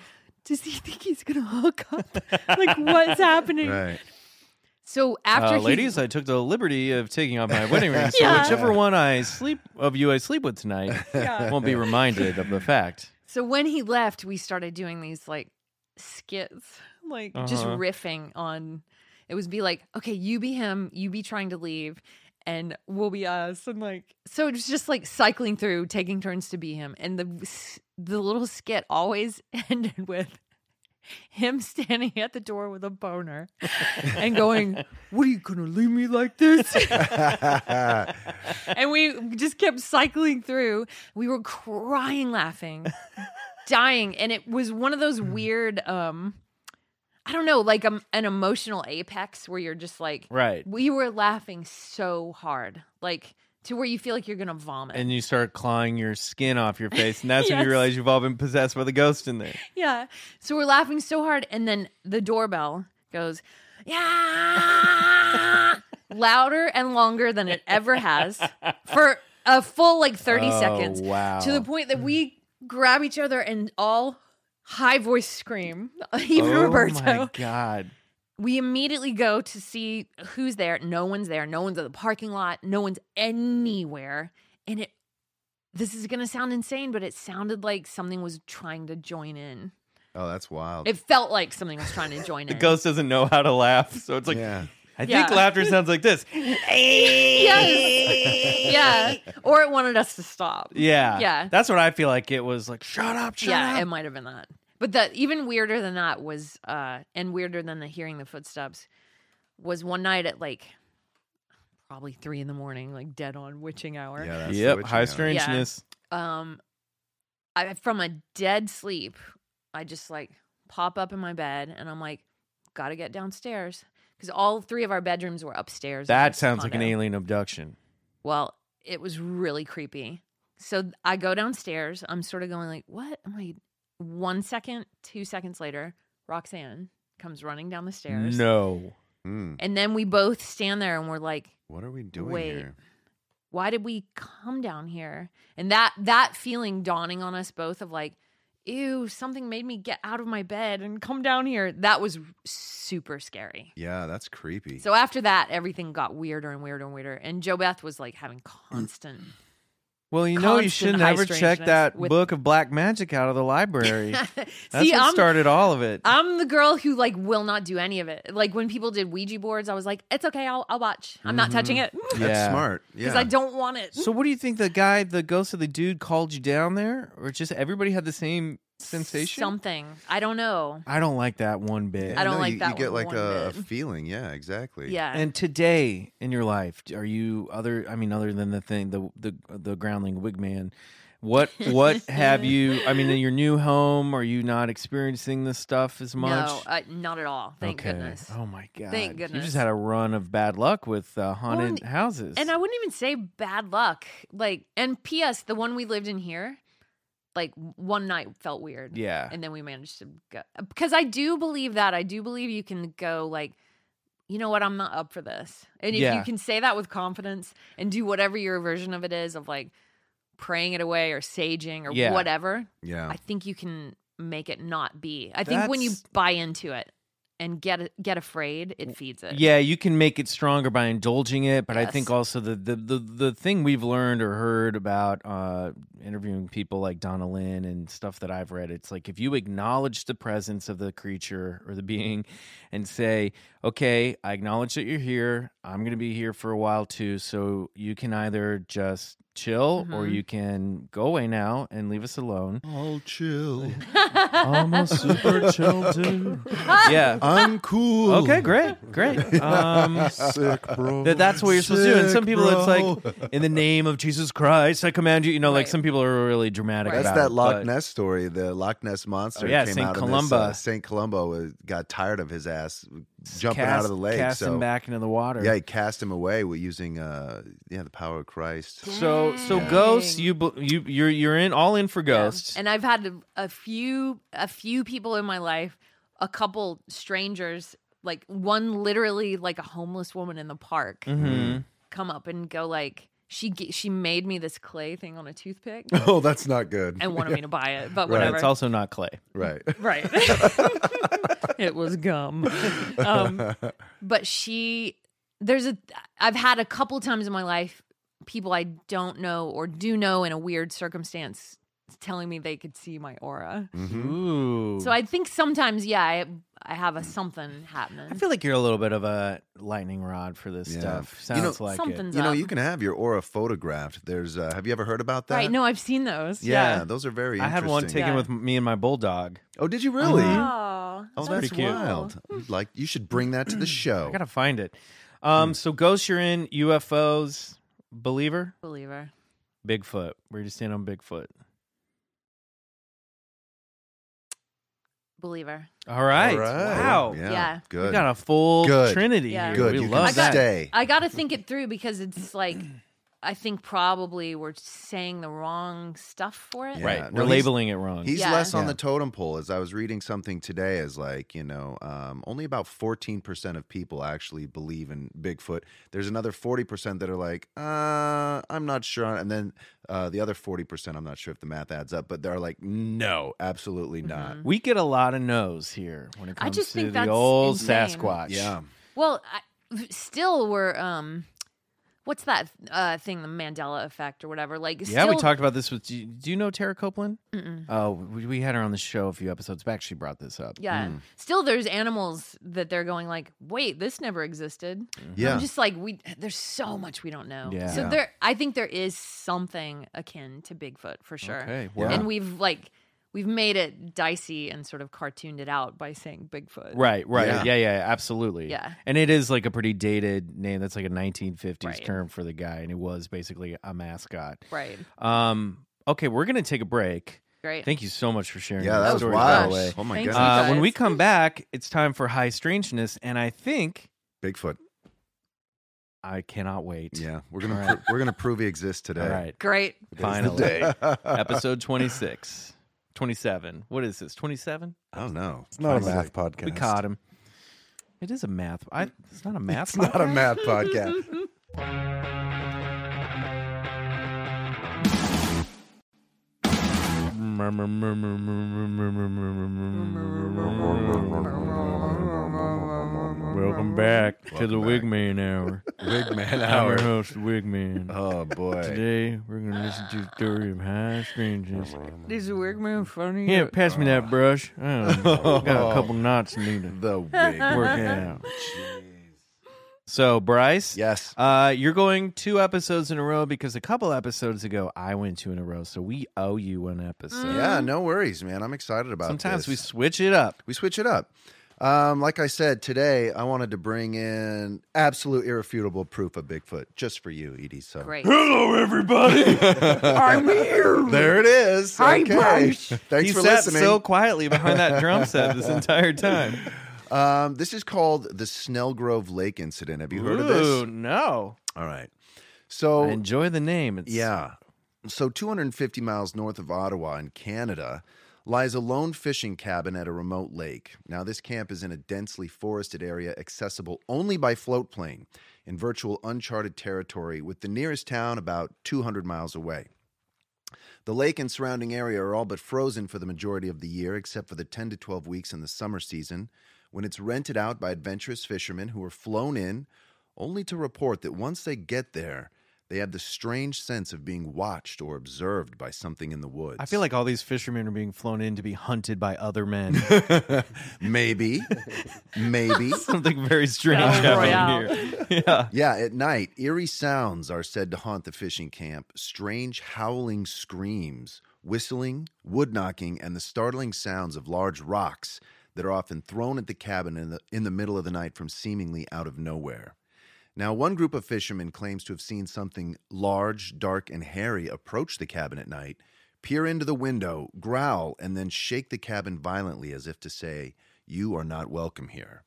does he think he's gonna hook up? like, what's happening?
right.
So after
Uh,
he,
ladies, I took the liberty of taking off my wedding ring. So
Yeah.
whichever one I sleep of you I sleep with tonight won't be reminded of the fact.
so when he left, we started doing these like skits, like just
Uh-huh.
riffing on. It was be like, okay, you be him, you be trying to leave, and we'll be us, and like so it was just like cycling through, taking turns to be him, and the s- the little skit always ended with him standing at the door with a boner and going, "What are you gonna leave me like this?" and we just kept cycling through. We were crying, laughing, dying, and it was one of those
Hmm.
weird. um I don't know, like um, an emotional apex where you're just like,
Right.
We were laughing so hard, like to where you feel like you're gonna vomit.
And you start clawing your skin off your face, and that's when
Yes.
you realize you've all been possessed by the ghost in there.
yeah. So we're laughing so hard, and then the doorbell goes, yeah, louder and longer than it ever has for a full like 30
Oh,
seconds.
wow.
To the point that we grab each other and all high voice scream, even
oh my
Roberto.
god!
We immediately go to see who's there. No one's there. No one's at the parking lot. No one's anywhere. And it, this is going to sound insane, but it sounded like something was trying to join in.
Oh, that's wild.
It felt like something was trying to join
The
in.
ghost doesn't know how to laugh, so it's like
yeah.
I
Yeah.
think laughter sounds like this.
yes. yeah. Or it wanted us to stop.
Yeah,
Yeah.
That's what I feel like. It was like shut up, shut
yeah, it
up.
might have been that. But the even weirder than that was, uh, and weirder than the hearing the footsteps, was one night at like probably three in the morning, like dead on witching hour.
Yeah. That's
Yep,
what you
high
have.
strangeness.
Um, I from a dead sleep, I just like pop up in my bed and I'm like, gotta get downstairs because all three of our bedrooms were upstairs. in
That
this
sounds like an
condo.
alien abduction.
Well, it was really creepy. So th- I go downstairs. I'm sort of going like, "What am I?" One second, two seconds later, Roxanne comes running down the stairs.
No,
Hmm.
And then we both stand there and we're like,
What are we doing
Wait.
here?
"Why did we come down here?" And that that feeling dawning on us both of like, "Ew, something made me get out of my bed and come down here." That was super scary.
Yeah, that's creepy.
So after that, everything got weirder and weirder and weirder. And Joe Beth was like having constant
Well, you know, you should
Constant high
never check
strangeness
that
with-
book of black magic out of the library. That's
See,
what
I'm-
started all of it.
I'm the girl who like will not do any of it. Like when people did Ouija boards, I was like, "It's okay, I'll I'll watch. I'm not touching it because
Yeah.
That's smart. Yeah.
I don't want it."
So, what do you think the guy, the ghost of the dude, called you down there, or just everybody had the same sensation?
Something I don't know.
I don't like that one bit.
I don't
No,
like
you,
that
You get
one
like a, a
bit.
feeling. Yeah, exactly.
Yeah,
And today in your life, are you other? I mean, other than the thing, the the the groundling wig man. What what have you? I mean, in your new home, are you not experiencing this stuff as much?
no, uh, not at all. Thank
okay.
goodness.
Oh my god.
Thank
You
goodness.
just had a run of bad luck with uh, haunted
and-
houses.
And I wouldn't even say bad luck. Like, and P.S. The one we lived in here, like one night felt weird.
yeah.
and then we managed to go because I do believe that I do believe you can go like you know what I'm not up for this and if
Yeah.
you can say that with confidence and do whatever your version of it is of like praying it away or saging or
Yeah. Oh.
whatever
Yeah.
I think you can make it not be I think when you
That's-
buy into it and get get afraid it feeds it
Yeah, you can make it stronger by indulging it, but I think
Yes.
also the, the the the thing we've learned or heard about uh, interviewing people like Donna Lynn and stuff that I've read, it's like if you acknowledge the presence of the creature or the being, and say, "Okay, I acknowledge that you're here. I'm going to be here for a while too." So you can either just chill or
Mhm.
you can go away now and leave us alone.
I'll chill.
I'm a super chill dude. yeah.
I'm cool.
Okay, great, great. Um,
Sick, bro.
that that's what you're supposed to do. And some
Sick,
people, it's
bro.
like, in the name of Jesus Christ, I command you. You know, like
Right.
some people are really dramatic.
Right.
That's
about
that
it,
Loch
but-
Ness story. The Loch Ness monster
Oh, yeah,
came
St.
out of this.
Columba.
Uh, St. Columba was- got tired of his ass jumping out
cast-
of the lake.
cast
so
him back into the water.
yeah, he cast him away with using uh yeah the power of Christ.
So, so
Dang.
ghosts, you bel- you you're you're in all in for
Yeah.
ghosts.
And I've had a- a few a few people in my life, a couple strangers, like one literally like a homeless woman in the park,
Mhm.
come up and go like she g- she made me this clay thing on a toothpick
Oh, that's not good.
and wanted me to buy it, but
Right.
whatever.
It's also not clay.
right.
Right. it was gum. Um, but she, there's a, I've had a couple times in my life people I don't know or do know in a weird circumstance telling me they could see my aura.
Mhm.
Ooh.
So I think sometimes, yeah, I, I have a something
I
happening.
feel like you're a little bit of a lightning rod for this
Yeah.
stuff.
You know,
Sounds like it.
Something's
You know,
up.
you can have your aura photographed. There's uh, have you ever heard about that?
right. No, I've seen those.
Yeah,
yeah.
those are very.
I had one Mm-hmm.
interesting.
taken
Yeah.
with me and my bulldog.
Oh, did you really?
Oh,
Oh,
That's
that's,
pretty cute.
wild. You'd Like you should bring that to the show.
I gotta find it. Um, so ghosts, you're in UFOs. Believer,
believer.
Bigfoot. Where do you stand on Bigfoot?
Believer.
All right.
All right.
Wow.
Yeah.
Yeah.
Good.
We got a full
Good.
trinity
Yeah.
here.
Good.
We
you
love
can
that.
stay.
I got to think it through because it's like, I think probably we're saying the wrong stuff for it.
Yeah.
Right.
No,
We're
he's-
labeling it wrong.
He's
Yeah.
less on
Yeah.
the totem pole. As I was reading something today, as like you know, um, only about fourteen percent of people actually believe in Bigfoot. There's another forty percent that are like, uh, I'm not sure, and then uh, the other forty percent, I'm not sure if the math adds up, but they're like, no, absolutely
Mm-hmm.
not.
we get a lot of no's here when it
I
comes
just
to
think
the
that's
old
insane.
Sasquatch.
Yeah,
Well, I, still we're um, what's that uh thing, the Mandela effect or whatever? Like,
Yeah, we
still-
talked about this with. Do you, do you know Tara Copeland? Oh, we, we had her on the show a few episodes back. She brought this up.
Yeah, still there's animals that they're going like, wait, this never existed.
Hmm.
yeah.
I'm just like we. There's so much we don't know.
Yeah.
So
Yeah.
there, I think there is something akin to Bigfoot for sure.
Okay, well-
and we've like we've made it dicey and sort of cartooned it out by saying Bigfoot.
Right, right. Yeah.
Yeah.
yeah, absolutely.
Yeah.
And it is like a pretty dated name. That's like a 1950s
Right.
term for the guy, and it was basically a mascot.
Right.
Um, okay, we're going to take a break.
Great.
Thank you so much for sharing
Yeah,
your
that was
stories, by
wild.
the way.
Oh my
Thank
goodness.
you,
Uh, when
guys.
we come back, it's time for High Strangeness, and I think
Bigfoot.
I cannot wait.
Yeah, we're gonna pro- we're gonna prove he exists today.
All right.
Great.
Finally. Episode 26. 27. What is this? 27?
I don't know.
It's not a
Honestly.
math podcast.
We caught him. It is a math. I, it's not a math.
It's not a
podcast.
math podcast.
Welcome Welcome back to
Welcome
the
back.
Wigman Hour.
Big man
I'm your
hour.
host, Wigman.
Oh boy.
Today we're gonna listen to the story of high strangeness.
Does the workman funny?
Yeah, pass me that brush. I don't know. got a couple knots need to
The wig.
work out. So Bryce,
Oh, Yes.
uh, you're going two episodes in a row because a couple episodes ago I went two in a row, so we owe you one episode.
Yeah, no worries, man. I'm excited about
Sometimes we
Mm. this.
switch it up.
we switch it up. Um, like I said today, I wanted to bring in absolute irrefutable proof of Bigfoot just for you, Edie. So
Great.
Hello, everybody.
I'm here.
there it is.
Hi,
okay.
Bryce.
Thanks
he
for
sat
listening.
so quietly behind that drum set this entire time.
um, this is called the Snellgrove Lake incident. Have you heard of
Ooh,
this?
no.
All right. So
I enjoy the name. It's
Yeah. So 250 miles north of Ottawa in Canada lies a lone fishing cabin at a remote lake. Now, this camp is in a densely forested area accessible only by float plane in virtual uncharted territory, with the nearest town about 200 miles away. The lake and surrounding area are all but frozen for the majority of the year, except for the 10 to 12 weeks in the summer season, when it's rented out by adventurous fishermen who are flown in only to report that once they get there, they have the strange sense of being watched or observed by something in the woods.
I feel like all these fishermen are being flown in to be hunted by other men.
maybe, maybe.
Something very strange
Battle
happening here. Yeah.
Yeah, at night, eerie sounds are said to haunt the fishing camp. Strange howling screams, whistling, wood knocking, and the startling sounds of large rocks that are often thrown at the cabin in the, in the middle of the night from seemingly out of nowhere. Now, one group of fishermen claims to have seen something large, dark, and hairy approach the cabin at night, peer into the window, growl, and then shake the cabin violently as if to say, You are not welcome here.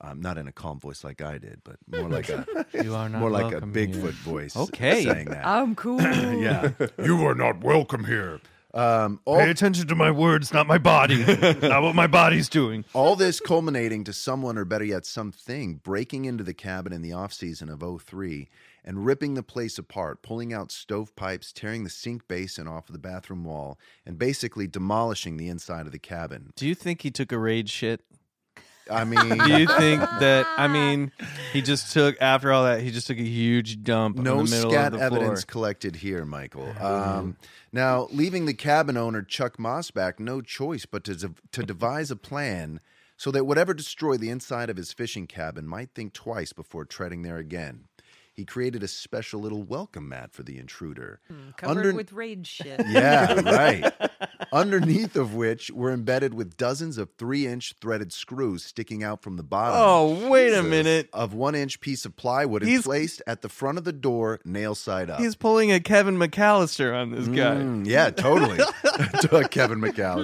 Um, not in a calm voice like I did, but more like a
You are not
more like a
welcome
Bigfoot
here.
voice.
Okay.
saying that.
I'm cool. yeah.
You are not welcome here.
Um,
Pay
all,
attention to my words, not my body. not what my body's doing.
all this culminating to someone, or better yet, something breaking into the cabin in the off season of 03 and ripping the place apart, pulling out stovepipes, tearing the sink basin off of the bathroom wall, and basically demolishing the inside of the cabin.
Do you think he took a raid shit?
I
Do you
mean,
think that I mean he just took after all that he just took a huge dump in the
no
middle
scat
of the
evidence
floor.
collected here, Michael. Um, now, leaving the cabin owner Chuck Mossback no choice but to, dev- to devise a plan so that whatever destroyed the inside of his fishing cabin might think twice before treading there again. He created a special little welcome mat for the intruder.
Hmm, Covered
Under-
with raid shit.
Yeah, right. Underneath of which were embedded with dozens of three inch threaded screws sticking out from the bottom
Oh, wait a minute.
of one inch piece of plywood and
He's-
placed at the front of the door, nail side up.
He's pulling a Kevin McAllister on this guy.
Mm, yeah, totally. To Kevin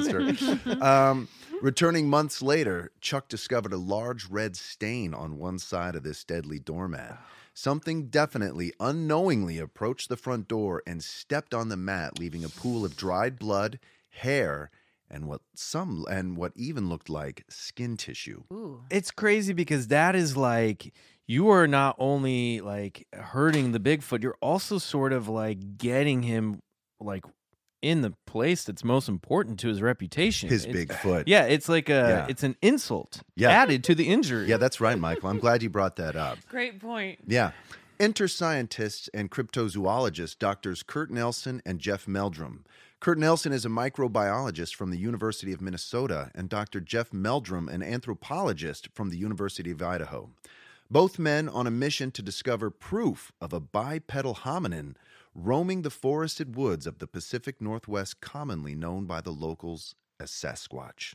McAllister. Um, returning months later, Chuck discovered a large red stain on one side of this deadly doormat. Something definitely unknowingly approached the front door and stepped on the mat, leaving a pool of dried blood, hair, and what some and what even looked like skin tissue.
Ooh.
it's crazy because that is like you are not only like hurting the Bigfoot, you're also sort of like getting him like in the place that's most important to his reputation.
His
It's-
big foot.
Yeah, it's like a
Yeah.
it's an insult
Yeah.
added to the injury.
Yeah, that's right, Michael. I'm glad you brought that up.
Great point.
Yeah. Interscientists and cryptozoologists, doctors Kurt Nelson and Jeff Meldrum. Kurt Nelson is a microbiologist from the University of Minnesota, and Dr. Jeff Meldrum, an anthropologist from the University of Idaho. Both men on a mission to discover proof of a bipedal hominin roaming the forested woods of the Pacific Northwest, commonly known by the locals as Sasquatch.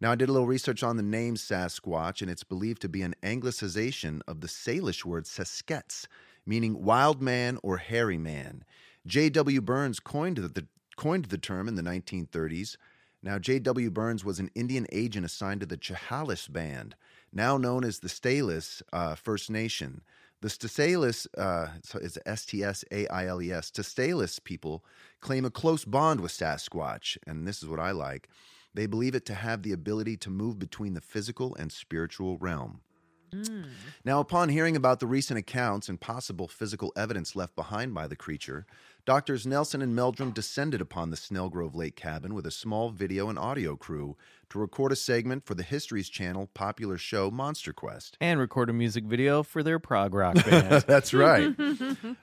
Now, I did a little research on the name Sasquatch, and it's believed to be an anglicization of the Salish word Saskets, meaning wild man or hairy man. J.W. Burns coined the, coined the term in the 1930s. Now, J.W. Burns was an Indian agent assigned to the Chehalis Band, now known as the Stalis uh, First Nation. The Stalis, uh, so it's S T S A I L E S, Stalis people claim a close bond with Sasquatch, and this is what I like. They believe it to have the ability to move between the physical and spiritual realm. Now, upon hearing about the recent accounts and possible physical evidence left behind by the creature, doctors Nelson and Meldrum descended upon the Snellgrove Lake cabin with a small video and audio crew to record a segment for the History's Channel popular show Monster Quest.
and record a music video for their prog rock band.
That's right.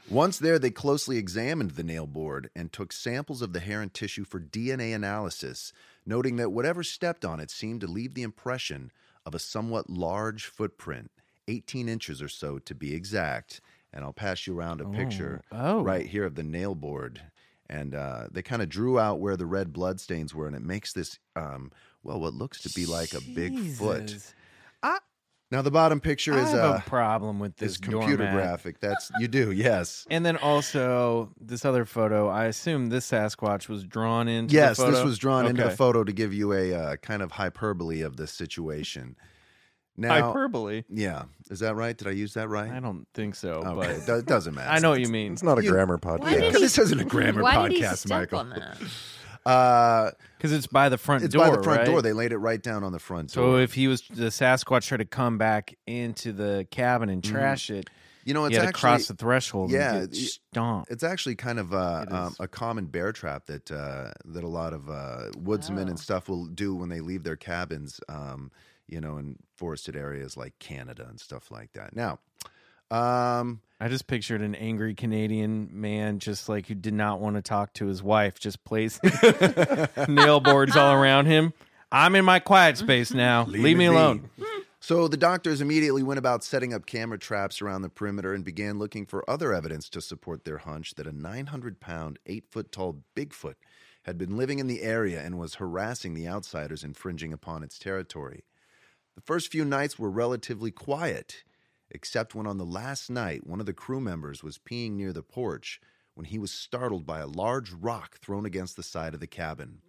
Once there, they closely examined the nail board and took samples of the hair and tissue for DNA analysis, noting that whatever stepped on it seemed to leave the impression of a somewhat large footprint, 18 inches or so to be exact. And I'll pass you around a picture
Oh.
right here of the nail board. And uh, they kind of drew out where the red blood stains were, and it makes this, um, well, what looks to be like a big foot.
Jesus.
Now, the bottom picture
I
is
have
uh,
a problem with this
is computer
doormat.
graphic. That's you do, yes.
And then also this other photo. I assume this Sasquatch was drawn into. the
Yes, this
photo?
was drawn into a
Okay.
photo to give you a uh, kind of hyperbole of the situation. Now,
Hyperbole.
yeah, is that right? Did I use that right?
I don't think so,
okay, it do- doesn't matter.
but I know what you mean.
It's not a
You-
grammar podcast.
Why did he-
This isn't a grammar
Why did he
podcast,
step
Michael.
on that?
Uh,
Because it's by the front
it's
door.
by the front
right?
door. They laid it right down on the front
So
door.
if he was the Sasquatch tried to come back into the cabin and trash it,
you know,
he
Mm-hmm. it's
had to
actually
cross the threshold.
yeah,
and
it-
get stomped.
it's actually kind of uh,
It
um,
is.
a common bear trap that uh, that a lot of uh, woodsmen and stuff will do when they leave their cabins, um, you know, in forested areas like Canada and stuff like that. Now, um,
I just pictured an angry Canadian man, just like who did not want to talk to his wife, just placing nail boards all around him. I'm in my quiet space now. Leave, me alone.
So the doctors immediately went about setting up camera traps around the perimeter and began looking for other evidence to support their hunch that a 900 pound, 8 foot tall Bigfoot had been living in the area and was harassing the outsiders infringing upon its territory. The first few nights were relatively quiet, except when on the last night one of the crew members was peeing near the porch when he was startled by a large rock thrown against the side of the cabin.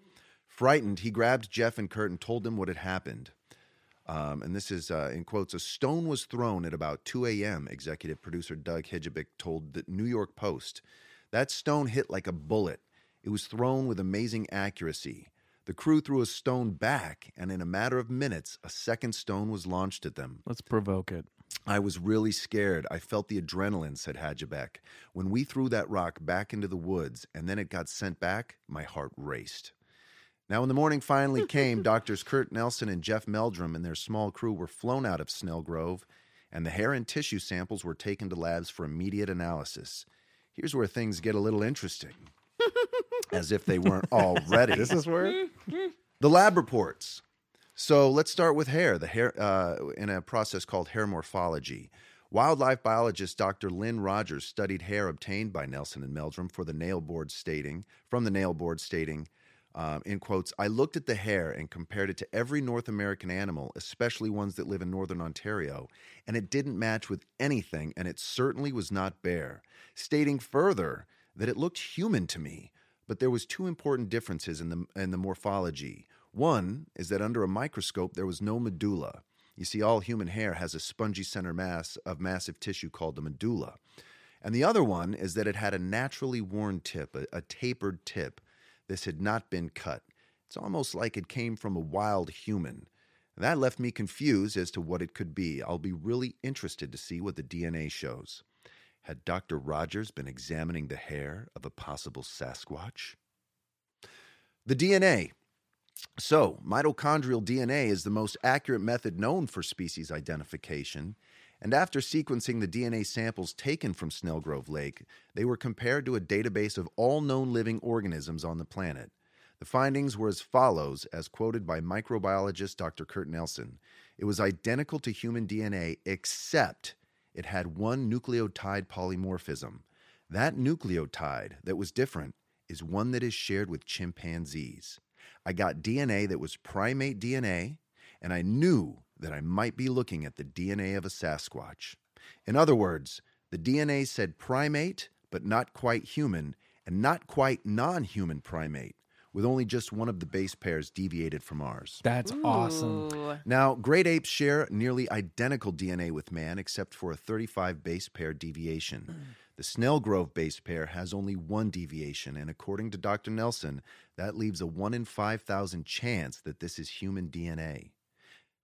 Frightened, he grabbed Jeff and Kurt and told them what had happened. Um, and this is uh, in quotes a stone was thrown at about 2 a.m., executive producer Doug Hijabic told the New York Post. That stone hit like a bullet. It was thrown with amazing accuracy. The crew threw a stone back, and in a matter of minutes, a second stone was launched at them.
Let's provoke it.
I was really scared. I felt the adrenaline, said Hajibek. When we threw that rock back into the woods and then it got sent back, my heart raced. Now, when the morning finally came, doctors Kurt Nelson and Jeff Meldrum and their small crew were flown out of Snell Grove, and the hair and tissue samples were taken to labs for immediate analysis. Here's where things get a little interesting, as if they weren't already.
This is where
The lab reports. So let's start with hair. The hair uh, in a process called hair morphology. Wildlife biologist Dr. Lynn Rogers studied hair obtained by Nelson and Meldrum for the nail board, stating from the nail board, stating, um, in quotes, "I looked at the hair and compared it to every North American animal, especially ones that live in northern Ontario, and it didn't match with anything, and it certainly was not bear." Stating further that it looked human to me, but there was two important differences in the in the morphology. One is that under a microscope there was no medulla. You see, all human hair has a spongy center mass of massive tissue called the medulla. And the other one is that it had a naturally worn tip, a, a tapered tip. This had not been cut. It's almost like it came from a wild human. That left me confused as to what it could be. I'll be really interested to see what the DNA shows. Had Dr. Rogers been examining the hair of a possible Sasquatch? The DNA. So, mitochondrial DNA is the most accurate method known for species identification. And after sequencing the DNA samples taken from Snellgrove Lake, they were compared to a database of all known living organisms on the planet. The findings were as follows, as quoted by microbiologist Dr. Kurt Nelson. It was identical to human DNA, except it had one nucleotide polymorphism. That nucleotide that was different is one that is shared with chimpanzees. I got DNA that was primate DNA, and I knew that I might be looking at the DNA of a Sasquatch. In other words, the DNA said primate, but not quite human, and not quite non human primate, with only just one of the base pairs deviated from ours.
That's awesome.
Ooh.
Now, great apes share nearly identical DNA with man, except for a 35 base pair deviation. The Snellgrove base pair has only one deviation, and according to Dr. Nelson, that leaves a 1 in 5,000 chance that this is human DNA.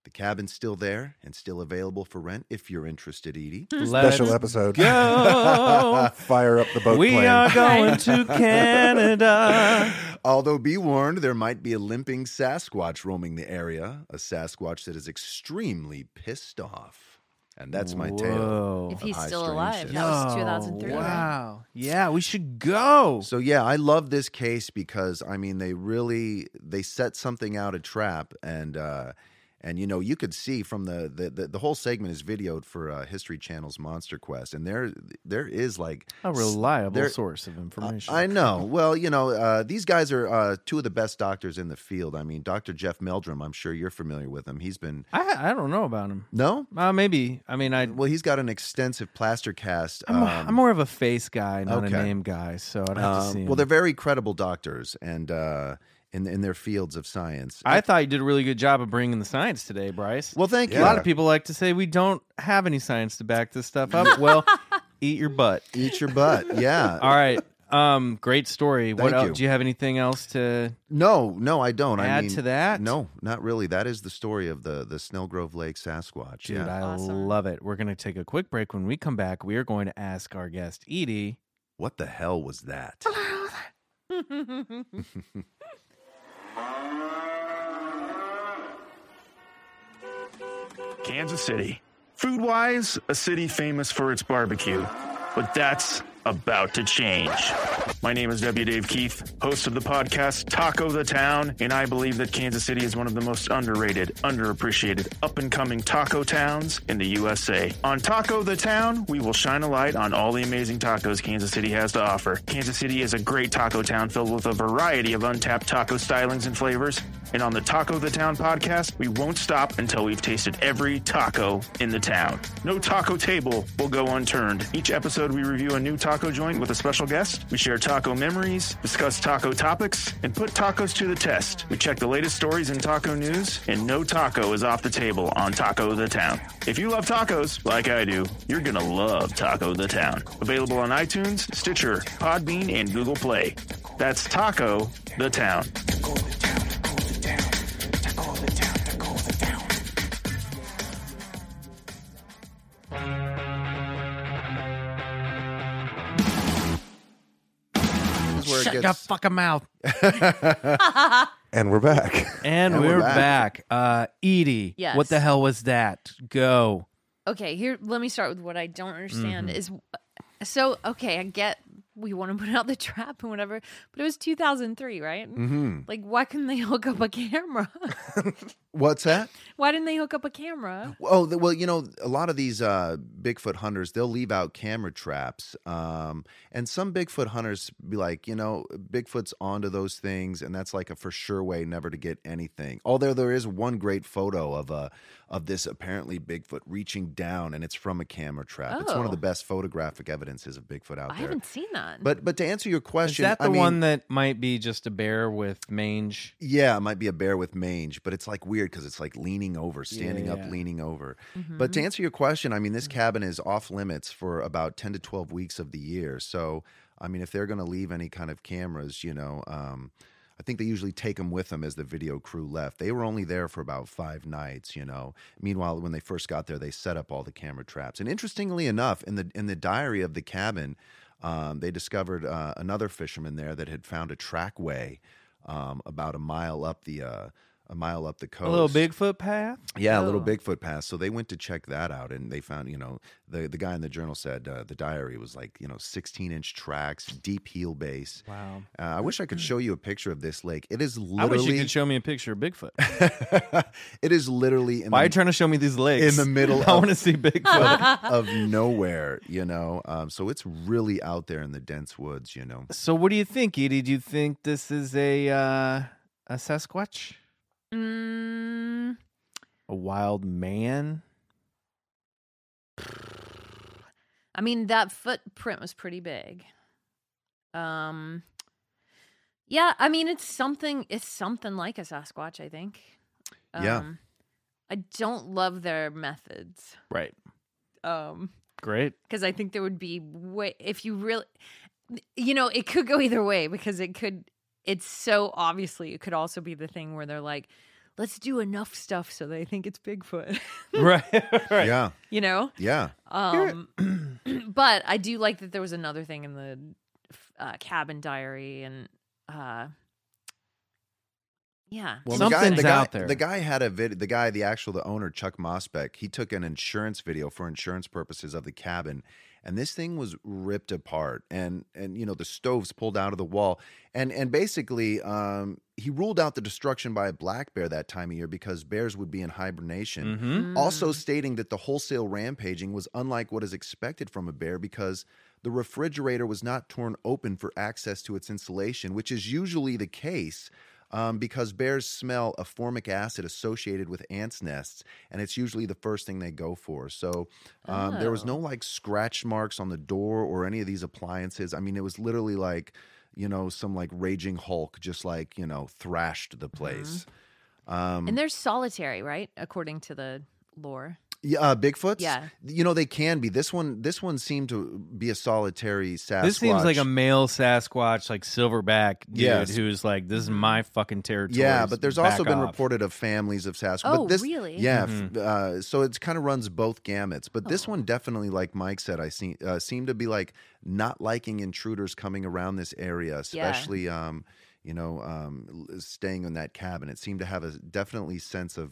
The cabin's still there and still available for rent if you're interested, Edie.
Mm-hmm.
Let's
Special episode.
go.
Fire up the boat
Uh, we
plane.
are going to Canada.
Although be warned, there might be a limping Sasquatch roaming the area, a Sasquatch that is extremely pissed off. And that's my tale.
Whoa.
If he's
high
still
strange
alive,
shit.
that was
Oh,
2003.
Wow. Yeah, we should go.
So yeah, I love this case because I mean they really they set something out a trap and uh and you know you could see from the the the, the whole segment is videoed for uh, History Channel's Monster Quest and there there is like
a reliable
there-
source of information.
I know. Well, you know, uh, these guys are uh, two of the best doctors in the field. I mean, Dr. Jeff Meldrum, I'm sure you're familiar with him. He's been
I, I don't know about him.
No?
Uh, maybe. I mean, I.
Well, he's got an extensive plaster cast.
I'm,
um,
I'm more of a face guy, not
okay.
a name guy. So I'd have to
um,
see. Him.
well, they're very credible doctors and uh, in in their fields of science.
I thought you did a really good job of bringing the science today, Bryce.
well, thank
a
you.
lot of people like to say we don't have any science to back this stuff up. well, eat your butt.
Eat your butt. Yeah.
All right. Um, great story. what
Thank
else?
you.
Do you have anything else to?
No, no, I don't. I
Add
mean,
to that?
No, not really. That is the story of the the Snell Grove Lake Sasquatch.
Dude,
yeah.
I
Awesome.
love it. We're gonna take a quick break. When we come back, we are going to ask our guest Edie.
what the hell was that?
Kansas City. Food wise, a city famous for its barbecue. But that's about to change. My name is W. Dave Keith, host of the podcast Taco the Town, and I believe that Kansas City is one of the most underrated, underappreciated, up and coming taco towns in the USA. On Taco the Town, we will shine a light on all the amazing tacos Kansas City has to offer. Kansas City is a great taco town filled with a variety of untapped taco stylings and flavors. And on the Taco the Town podcast, we won't stop until we've tasted every taco in the town. No taco table will go unturned. Each episode, we review a new taco joint with a special guest. We share taco memories, discuss taco topics, and put tacos to the test. We check the latest stories in taco news, and no taco is off the table on Taco the Town. If you love tacos, like I do, you're going to love Taco the Town. Available on iTunes, Stitcher, Podbean, and Google Play. That's Taco the Town.
This is where it
Shut
gets-
your fucking mouth.
and we're back.
And, we're,
we're
back.
back.
Uh, Edie,
Yes.
what the hell was that? Go.
Okay, here. Let me start with what I don't understand
Mm-hmm.
is, so okay, I get we want to put out the trap and whatever, but it was 2003, right? Mm-hmm. Like, why couldn't they hook up a camera?
What's that?
why didn't they hook up a camera?
Oh the- well, you know, a lot of these uh, Bigfoot hunters they'll leave out camera traps, um, and some Bigfoot hunters be like, you know, Bigfoot's onto those things, and that's like a for sure way never to get anything. Although there is one great photo of a of this apparently Bigfoot reaching down, and it's from a camera trap. It's one
Oh.
of the best photographic evidences of Bigfoot out
I
there.
haven't seen that.
But but to answer your
Is
question,
that the
I mean,
one that might be just a bear with mange?
yeah, it might be a bear with mange, but it's like weird because it's like leaning over, standing
Yeah. Mm-hmm.
up, leaning over. But to answer your question, I mean, this cabin is off limits for about 10 to 12 weeks of the year. So, I mean, if they're going to leave any kind of cameras, you know, um, I think they usually take them with them as the video crew left. They were only there for about five nights, you know. Meanwhile, when they first got there, they set up all the camera traps. And interestingly enough, in the in the diary of the cabin, um, they discovered uh, another fisherman there that had found a trackway um, about a mile up the uh, a mile up the coast.
A little Bigfoot path?
Yeah, a little
Oh.
Bigfoot pass. So they went to check that out, and they found, you know, the the guy in the journal said uh, the diary was like, you know, 16 inch tracks, deep heel base.
Wow.
Uh, I wish I could show you a picture of this lake. It is
I wish you
literally,
could show me a picture of Bigfoot.
it is literally in
Why are you
the,
trying to show me these legs?
in the middle
I
of-
want to see Bigfoot.
of nowhere, you know. Um, so it's really out there in the dense woods, you know.
so, what do you think, Edie? Do you think this is a uh, a Sasquatch,
Mm,
a wild man?
I mean, that footprint was pretty big. Um, yeah, I mean, it's something. It's something like a Sasquatch, I think. Um,
Yeah.
I don't love their methods.
Right.
Um,
Great.
because I think there would be way if you really, you know, it could go either way because it could. It's so obviously it could also be the thing where they're like, let's do enough stuff so they think it's Bigfoot.
right. right.
Yeah.
you know?
Yeah.
Um, but I do like that there was another thing in the uh, cabin diary and uh, yeah,
Well,
just
the guy,
Something's
the guy,
out there.
The guy had a vid. The guy, the actual the owner, Chuck Mosbeck, he took an insurance video for insurance purposes of the cabin, and this thing was ripped apart, and and you know the stoves pulled out of the wall, and and basically, um, he ruled out the destruction by a black bear that time of year because bears would be in hibernation.
Mm-hmm.
Also stating that the wholesale rampaging was unlike what is expected from a bear because the refrigerator was not torn open for access to its insulation, which is usually the case um, because bears smell a formic acid associated with ants' nests, and it's usually the first thing they go for. So um, there was no like scratch marks on the door or any of these appliances. I mean, it was literally like, you know, some like raging Hulk just like, you know, thrashed the place.
and they're solitary, right? According to the lore.
Yeah, uh, Bigfoots.
Yeah.
you know they can be. This one, this one seemed to be a solitary Sasquatch.
This seems like a male Sasquatch, like silverback dude,
Yes.
who's like, "This is my fucking territory."
yeah, but there's
Back
also been
off. Mm-hmm.
reported of families of Sasquatch.
Oh,
but this,
really?
Yeah, f- uh, so it kind of runs both gamuts. But
Oh.
this one definitely, like Mike said, I see uh, seem to be like not liking intruders coming around this area, especially. Um, you know, um, l- staying in that cabin, it seemed to have a definitely sense of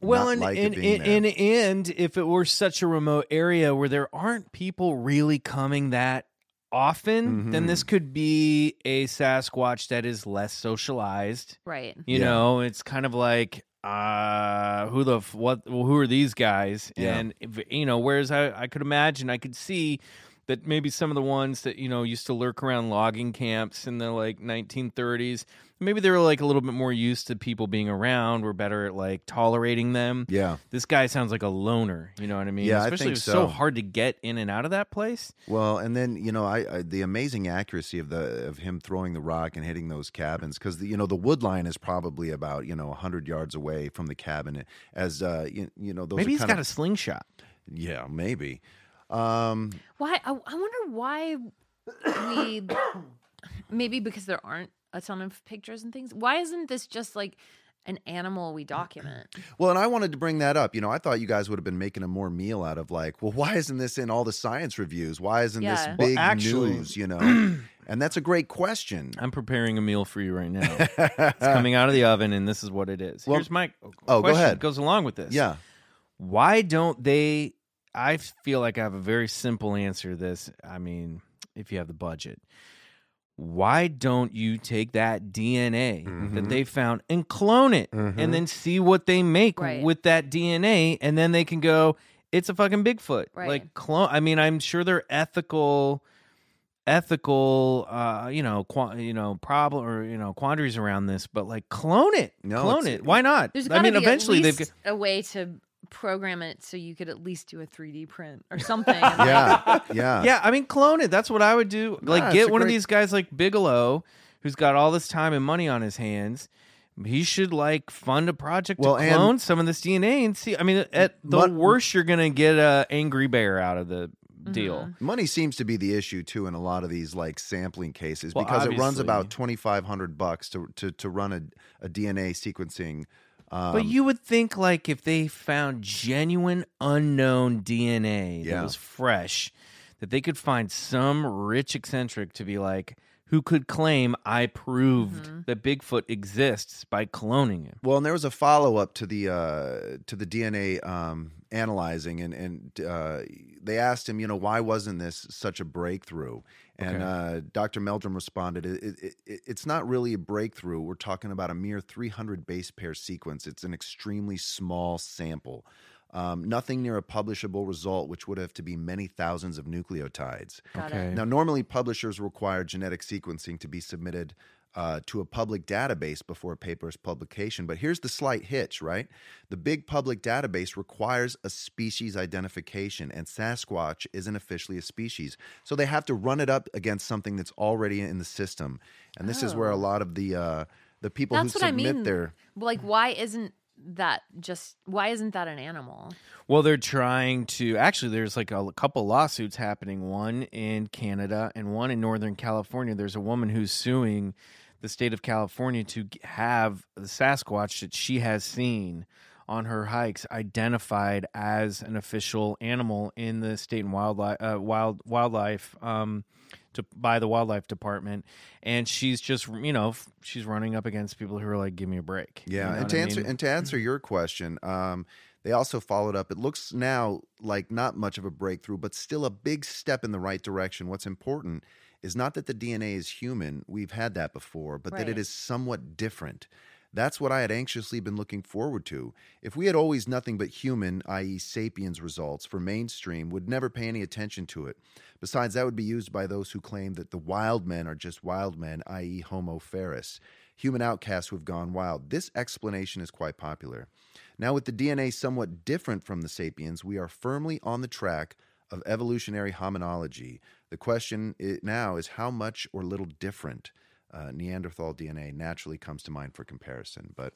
Well,
not
and
like it
and,
being
and,
there.
and and if it were such a remote area where there aren't people really coming that often, then
Mhm.
this could be a Sasquatch that is less socialized.
Right.
You
Yeah.
know, it's kind of like uh who the f- what who are these guys
Yeah.
and if- you know whereas I, I could imagine i could see that maybe some of the ones that you know used to lurk around logging camps in the like 1930s maybe they were like a little bit more used to people being around were better at like tolerating them
yeah.
this guy sounds like a loner you know what i mean
Yeah, I
especially
think
it was
so.
hard to get in and out of that place
Well, and then you know, I, I the amazing accuracy of the of him throwing the rock and hitting those cabins because you know the wood line is probably about you know hundred yards away from the cabin as uh you, you know those
maybe
are
he's
kinda-
got a slingshot
yeah maybe um
Why? I, I wonder why we maybe because there aren't a ton of pictures and things. Why isn't this just like an animal we document?
well and I wanted to bring that up you know I thought you guys would have been making a more meal out of like well why isn't this in all the science reviews why isn't
Yeah.
this
Well,
big
actually-
news you know and that's a great question
i'm preparing a meal for you right now it's coming out of the oven and this is what it is
Well-
here's my
Oh, go
question
ahead.
goes along with this
yeah
why don't they i feel like i have a very simple answer to this i mean if you have the budget why don't you take that dna
Mm-hmm.
that they found and clone it and then see what they make
Right.
with that dna and then they can go it's a fucking bigfoot
Right.
like clone i mean i'm sure they're ethical ethical uh you know qua- you know problem or you know quandaries around this but like clone it
No,
clone
it's-
it why not
There's
i
gotta
mean
be
eventually
at
they've
least
got-
a way to program it so you could at least do a 3D print or something.
yeah yeah
Uh, Yeah, I mean, clone it. That's what I would do. Like,
Nah, it's
get
a
one of
great-
these guys like Bigelow, who's got all this time and money on his hands. He should like fund a project
Well,
to
and-
clone some of this DNA and see. I mean, at the
But-
worst, you're gonna get a angry bear out of the deal.
Money seems to be the issue too in a lot of these like sampling cases
Well,
because it runs
obviously.
about twenty five hundred bucks to, to to run a, a DNA sequencing. Um,
but you would think like if they found genuine unknown DNA that
Yeah.
was fresh, that they could find some rich eccentric to be like. Who could claim I proved that Bigfoot exists by cloning him?
well, and there was a follow up to the uh, to the DNA um, analyzing, and and uh, they asked him, you know, why wasn't this such a breakthrough? And uh, Dr. Meldrum responded, it, it, it, "It's not really a breakthrough. We're talking about a mere 300 base pair sequence. It's an extremely small sample." Um, nothing near a publishable result, which would have to be many thousands of nucleotides.
Okay.
Now, normally publishers require genetic sequencing to be submitted uh, to a public database before a paper's publication. But here's the slight hitch, right? The big public database requires a species identification, and Sasquatch isn't officially a species. So they have to run it up against something that's already in the system. And this is where a lot of the uh, the people
Oh. That's
who
what I
submit
mean.
their
Like, why isn't that just? Why isn't that an animal?
Well, they're trying to actually. There's like a couple lawsuits happening. One in Canada and one in Northern California. There's a woman who's suing the state of California to g- have the Sasquatch that she has seen on her hikes identified as an official animal in the state and wildlife uh, wild wildlife um, to, by the wildlife department, and she's just you know f- she's running up against people who are like, "Give me a break." You
Yeah,
know
and
what
to
I
answer
mean?
and to answer your question, um, they also followed up. It looks now like not much of a breakthrough, but still a big step in the right direction. What's important is not that the DNA is human; we've had that before, but that it
Right.
is somewhat different. That's what I had anxiously been looking forward to. If we had always nothing but human, i.e., sapiens results for mainstream, would never pay any attention to it. Besides, that would be used by those who claim that the wild men are just wild men, i.e., Homo ferus, human outcasts who have gone wild. This explanation is quite popular. Now, with the DNA somewhat different from the sapiens, we are firmly on the track of evolutionary hominology. The question i- now is how much or little different uh, Neanderthal DNA naturally comes to mind for comparison. But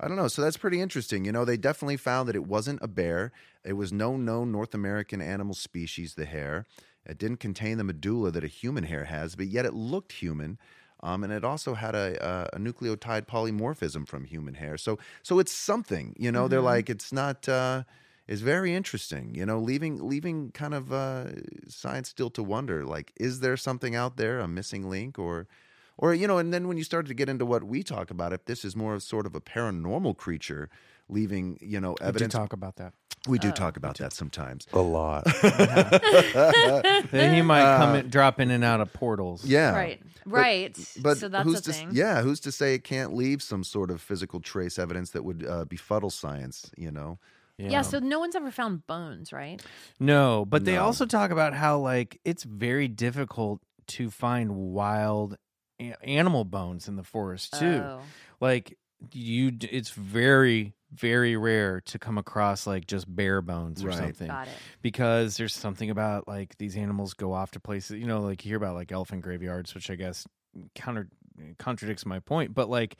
I don't know. So that's pretty interesting. You know, they definitely found that it wasn't a bear. It was no known North American animal species, the hare. It didn't contain the medulla that a human hare has, but yet it looked human. Um, and it also had a, a, a nucleotide polymorphism from human hair. So, so it's something, you know. They're like, it's not. Uh, it's very interesting, you know. Leaving, leaving kind of uh, science still to wonder. Like, is there something out there, a missing link, or, or you know? And then when you start to get into what we talk about, if this is more of sort of a paranormal creature, leaving you know
We did
evidence. uh,
talk about that.
We do talk about that sometimes.
A lot.
Then he might come and drop in and out of portals.
Uh, Yeah,
Right. Right.
But
so that's
who's
a
to s-
thing.
yeah, who's to say it can't leave some sort of physical trace evidence that would uh, befuddle science? You know,
yeah. So no one's ever found bones, right?
No, but they also talk about how like it's very difficult to find wild a- animal bones in the forest too.
Oh.
Like you, d- it's very very rare to come across like just bare bones or
Right.
something
Got it.
because there's something about like these animals go off to places you know like you hear about like elephant graveyards which i guess counter contradicts my point but like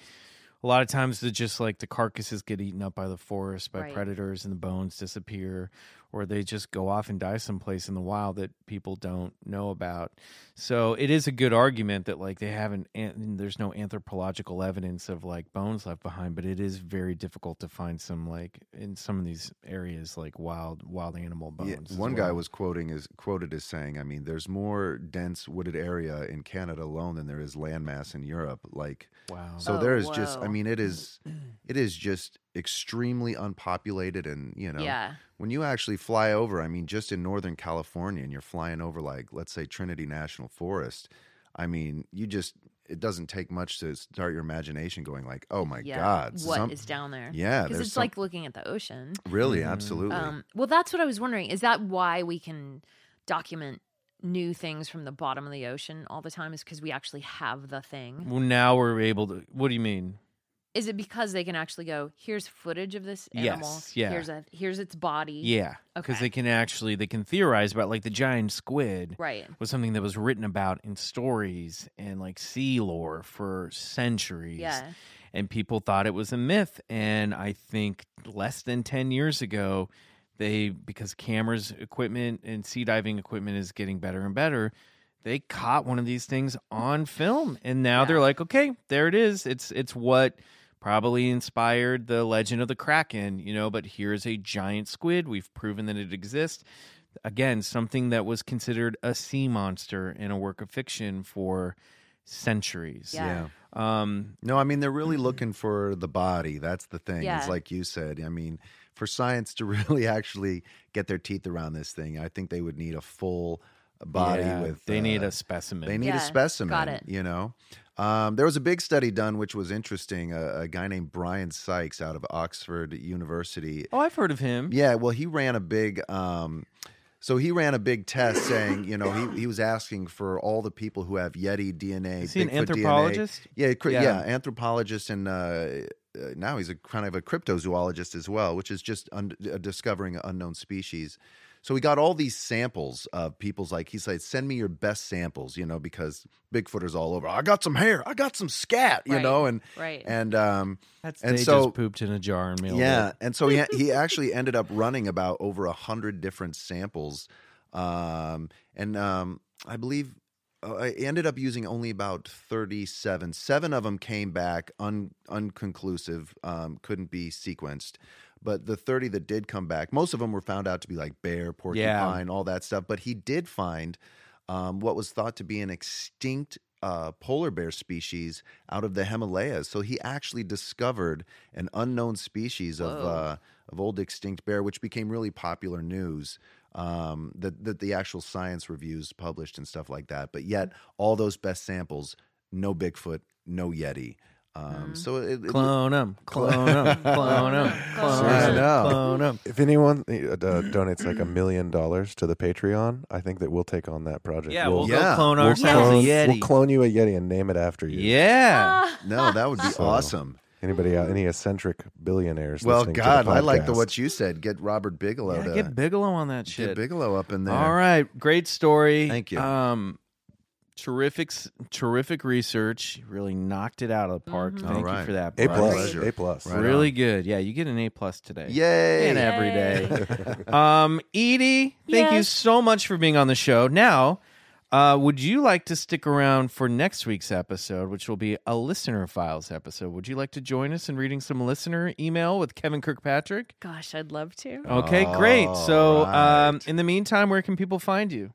a lot of times the just like the carcasses get eaten up by the forest by
Right.
predators and the bones disappear or they just go off and die someplace in the wild that people don't know about so it is a good argument that like they haven't an- there's no anthropological evidence of like bones left behind but it is very difficult to find some like in some of these areas like wild wild animal bones
Yeah,
as
one guy
well.
was quoting as quoted as saying, "I mean, there's more dense wooded area in Canada alone than there is landmass in Europe." Like,
wow
so
Oh,
there is just, I
whoa.
mean, it is, it is just extremely unpopulated, and you know,
Yeah.
when you actually fly over, I mean, just in Northern California, and you're flying over like, let's say, Trinity National Forest. I mean, you just, it doesn't take much to start your imagination going like, "Oh my
yeah.
God,
What is
some-
down there?
Yeah,
Because
there's
it's
some-
like looking at the ocean.
really,
Mm-hmm.
absolutely."
Um, well, that's what I was wondering. Is that why we can document new things from the bottom of the ocean all the time? Is because we actually have the thing?
well now we're able to what do you mean
Is it because they can actually go? Here's footage of this animal.
Yes, yeah.
Here's a here's its body.
yeah because
Okay.
they can actually they can theorize about like the giant squid
Right.
was something that was written about in stories and like sea lore for centuries.
Yeah.
And people thought it was a myth. And I think less than 10 years ago, they, because cameras equipment and sea diving equipment is getting better and better, they caught one of these things on film. And now they're like, okay, there it is. It's, it's what probably inspired the legend of the Kraken, you know, but here's a giant squid. We've proven that it exists again something that was considered a sea monster in a work of fiction for centuries
Yeah. Mm-hmm.
um
No, I mean they're really looking for the body. That's the thing.
Yeah.
It's like you said. I mean, for science to really actually get their teeth around this thing, I think they would need a full body
yeah,
with.
they need
uh,
a specimen
They need
Yeah,
a
got
specimen.
it.
You know, um, there was a big study done which was interesting. A, a guy named Brian Sykes out of Oxford University
oh i've heard of him
yeah, well, he ran a big. Um, so he ran a big test saying, you know, he, he was asking for all the people who have Yeti DNA.
Is he an
Bigfoot DNA.
anthropologist?
Yeah, cr- yeah,
Yeah.
anthropologist, and uh, uh, now he's a kind of a cryptozoologist as well, which is just un- uh, discovering unknown species. So we got all these samples of people's like he said, send me your best samples, you know, because Bigfooters all over. I got some hair, I got some scat, you
Right,
know, and
right.
and um,
That's,
and
they
so
just pooped in a jar and mailed
yeah,
it.
and so he he actually ended up running about over a hundred different samples, um, and um, I believe uh, I ended up using only about 37. Seven of them came back un, unconclusive, um, couldn't be sequenced. But the 30 that did come back, most of them were found out to be like bear, porcupine, all that stuff. But he did find um, what was thought to be an extinct uh, polar bear species out of the Himalayas. So he actually discovered an unknown species of uh, of old extinct bear, which became really popular news. Um, that that the actual science reviews published and stuff like that. But yet, all those best samples, no Bigfoot, no Yeti. Um, So it, it-
Mm-hmm. Clone them, clone them, clone them, clone
I
them,
know.
clone them.
If anyone uh, donates like a million dollars to the Patreon, I think that we'll take on that project.
Yeah, we'll go
Yeah.
clone
we'll
ourselves
clone,
a Yeti.
we'll clone you a Yeti and name it after you.
yeah.
Ah!
no, that would be
So-
awesome.
Anybody out? Any eccentric billionaires?
Well,
listening to
God,
the
I like the
podcast?
what you said. Get Robert Bigelow
Yeah,
to
get Bigelow on that
get
shit.
Bigelow up in there.
All right, great story.
Thank you.
Um, terrific, s- terrific research. You Really knocked it out of the park.
All
Thank you
right.
for that.
A
Right,
plus.
pleasure.
A plus.
Right
really good. Yeah, you get an A plus today.
Yay!
And uh, every day. um, Edie, thank you
Yes.
so much for being on the show. Now, uh, would you like to stick around for next week's episode, which will be a listener files episode? Would you like to join us in reading some listener email with Kevin Kirkpatrick?
Gosh, I'd love to.
Okay, great. So, um,
Alright.
in the meantime, where can people find you?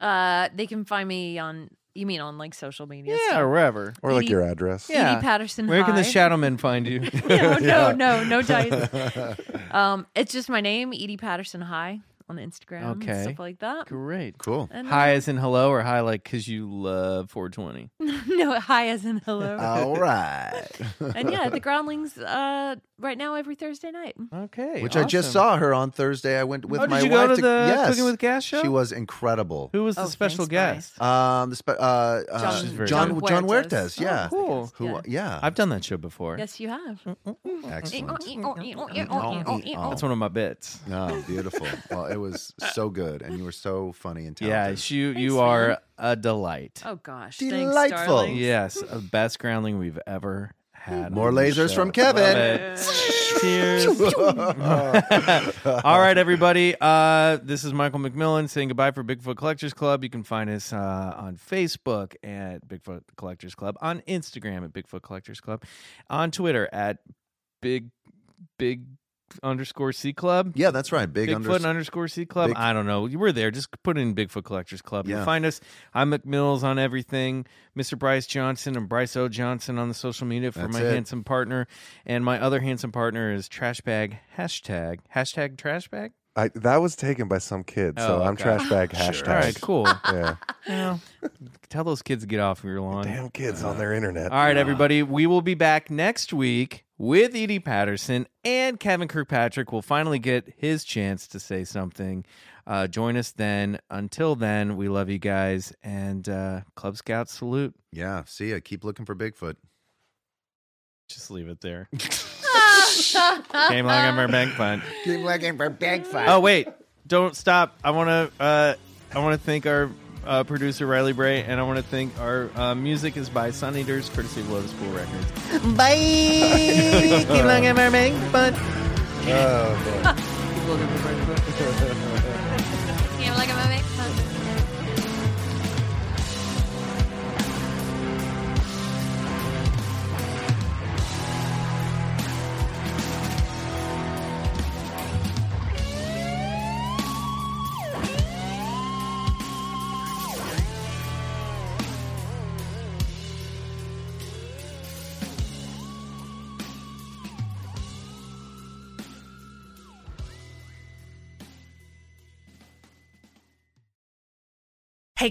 Uh, they can find me on. You mean on like social media?
Yeah,
stuff.
wherever.
Or like your address.
Yeah.
Edie Patterson.
Where can the
High.
shadow men find you?
no, no, no, no dice. um, it's just my name, Edie Patterson High, on Instagram. and
Okay.
stuff like that.
Great.
Cool.
And
Hi as in hello, or hi like because you love 420.
no, hi as in hello.
Uh,
All right.
and yeah, the Groundlings. Uh, right now every Thursday night.
Okay.
Which I just
awesome.
saw her on Thursday. I went with
Oh, did
my
you go
wife
to the
yes.
Cooking with Gas show?
She was incredible.
Who was the
Oh,
special
thanks,
guest?
Um, the spe- uh, uh,
She's very
John,
good.
John, John
Huertas.
Huertas, yeah.
Oh, cool.
Who? Yeah.
Yeah.
I've done that show before.
Yes, you have.
Excellent.
That's one of my bits.
Oh, beautiful. Well, it was so good, and you were so funny and
Yeah,
talented.
she, you are a delight.
Oh gosh,
Delightful.
Thanks, darling.
Yes, the best groundling we've ever had.
More
on the
lasers
show.
from Kevin.
Love it. Cheers. All right, everybody. Uh, this is Michael McMillan saying goodbye for Bigfoot Collectors Club. You can find us uh, on Facebook at Bigfoot Collectors Club, on Instagram at Bigfoot Collectors Club, on Twitter at Big Big underscore C Club.
yeah, that's right. Big
Bigfoot
under.
underscore C Club.
Big-
I don't know. You were there. Just put in Bigfoot Collectors Club. You'll
Yeah.
find us. I'm McMills on everything. Mr. Bryce Johnson and Bryce O. Johnson on the social media for
That's
my
it.
handsome partner. And my other handsome partner is Trash Bag hashtag. Hashtag Trash Bag?
I, that was taken by some kid, so
Oh,
I'm
okay.
trash bag hashtag.
All right, cool.
Yeah.
Well, tell those kids to get off your lawn.
Damn kids on their internet.
All right, everybody. We will be back next week with Edie Patterson and Kevin Kirkpatrick. will finally get his chance to say something. Uh, join us then. Until then, we love you guys and uh, Club Scout salute.
yeah, see ya. Keep looking for Bigfoot.
Just leave it there. Game long on our bank fund.
Keep looking for Bigfoot.
Oh wait, don't stop. I want to. Uh, I want to thank our. Uh, producer Riley Bray, and I want to thank our uh, music is by Sun Eaters, courtesy of Lotus Pool Records. Bye! Keep looking for bank fund.
Yeah, like I'm a big fan.
Hey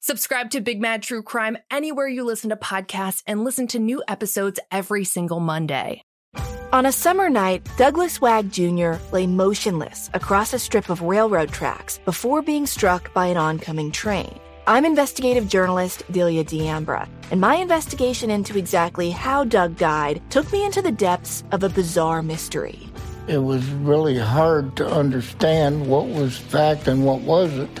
Subscribe to Big Mad True Crime anywhere you listen to podcasts and listen to new episodes every single Monday.
On a summer night, Douglas Wag Jr. lay motionless across a strip of railroad tracks before being struck by an oncoming train. I'm investigative journalist Delia D'Ambra, and my investigation into exactly how Doug died took me into the depths of a bizarre mystery.
It was really hard to understand what was fact and what wasn't.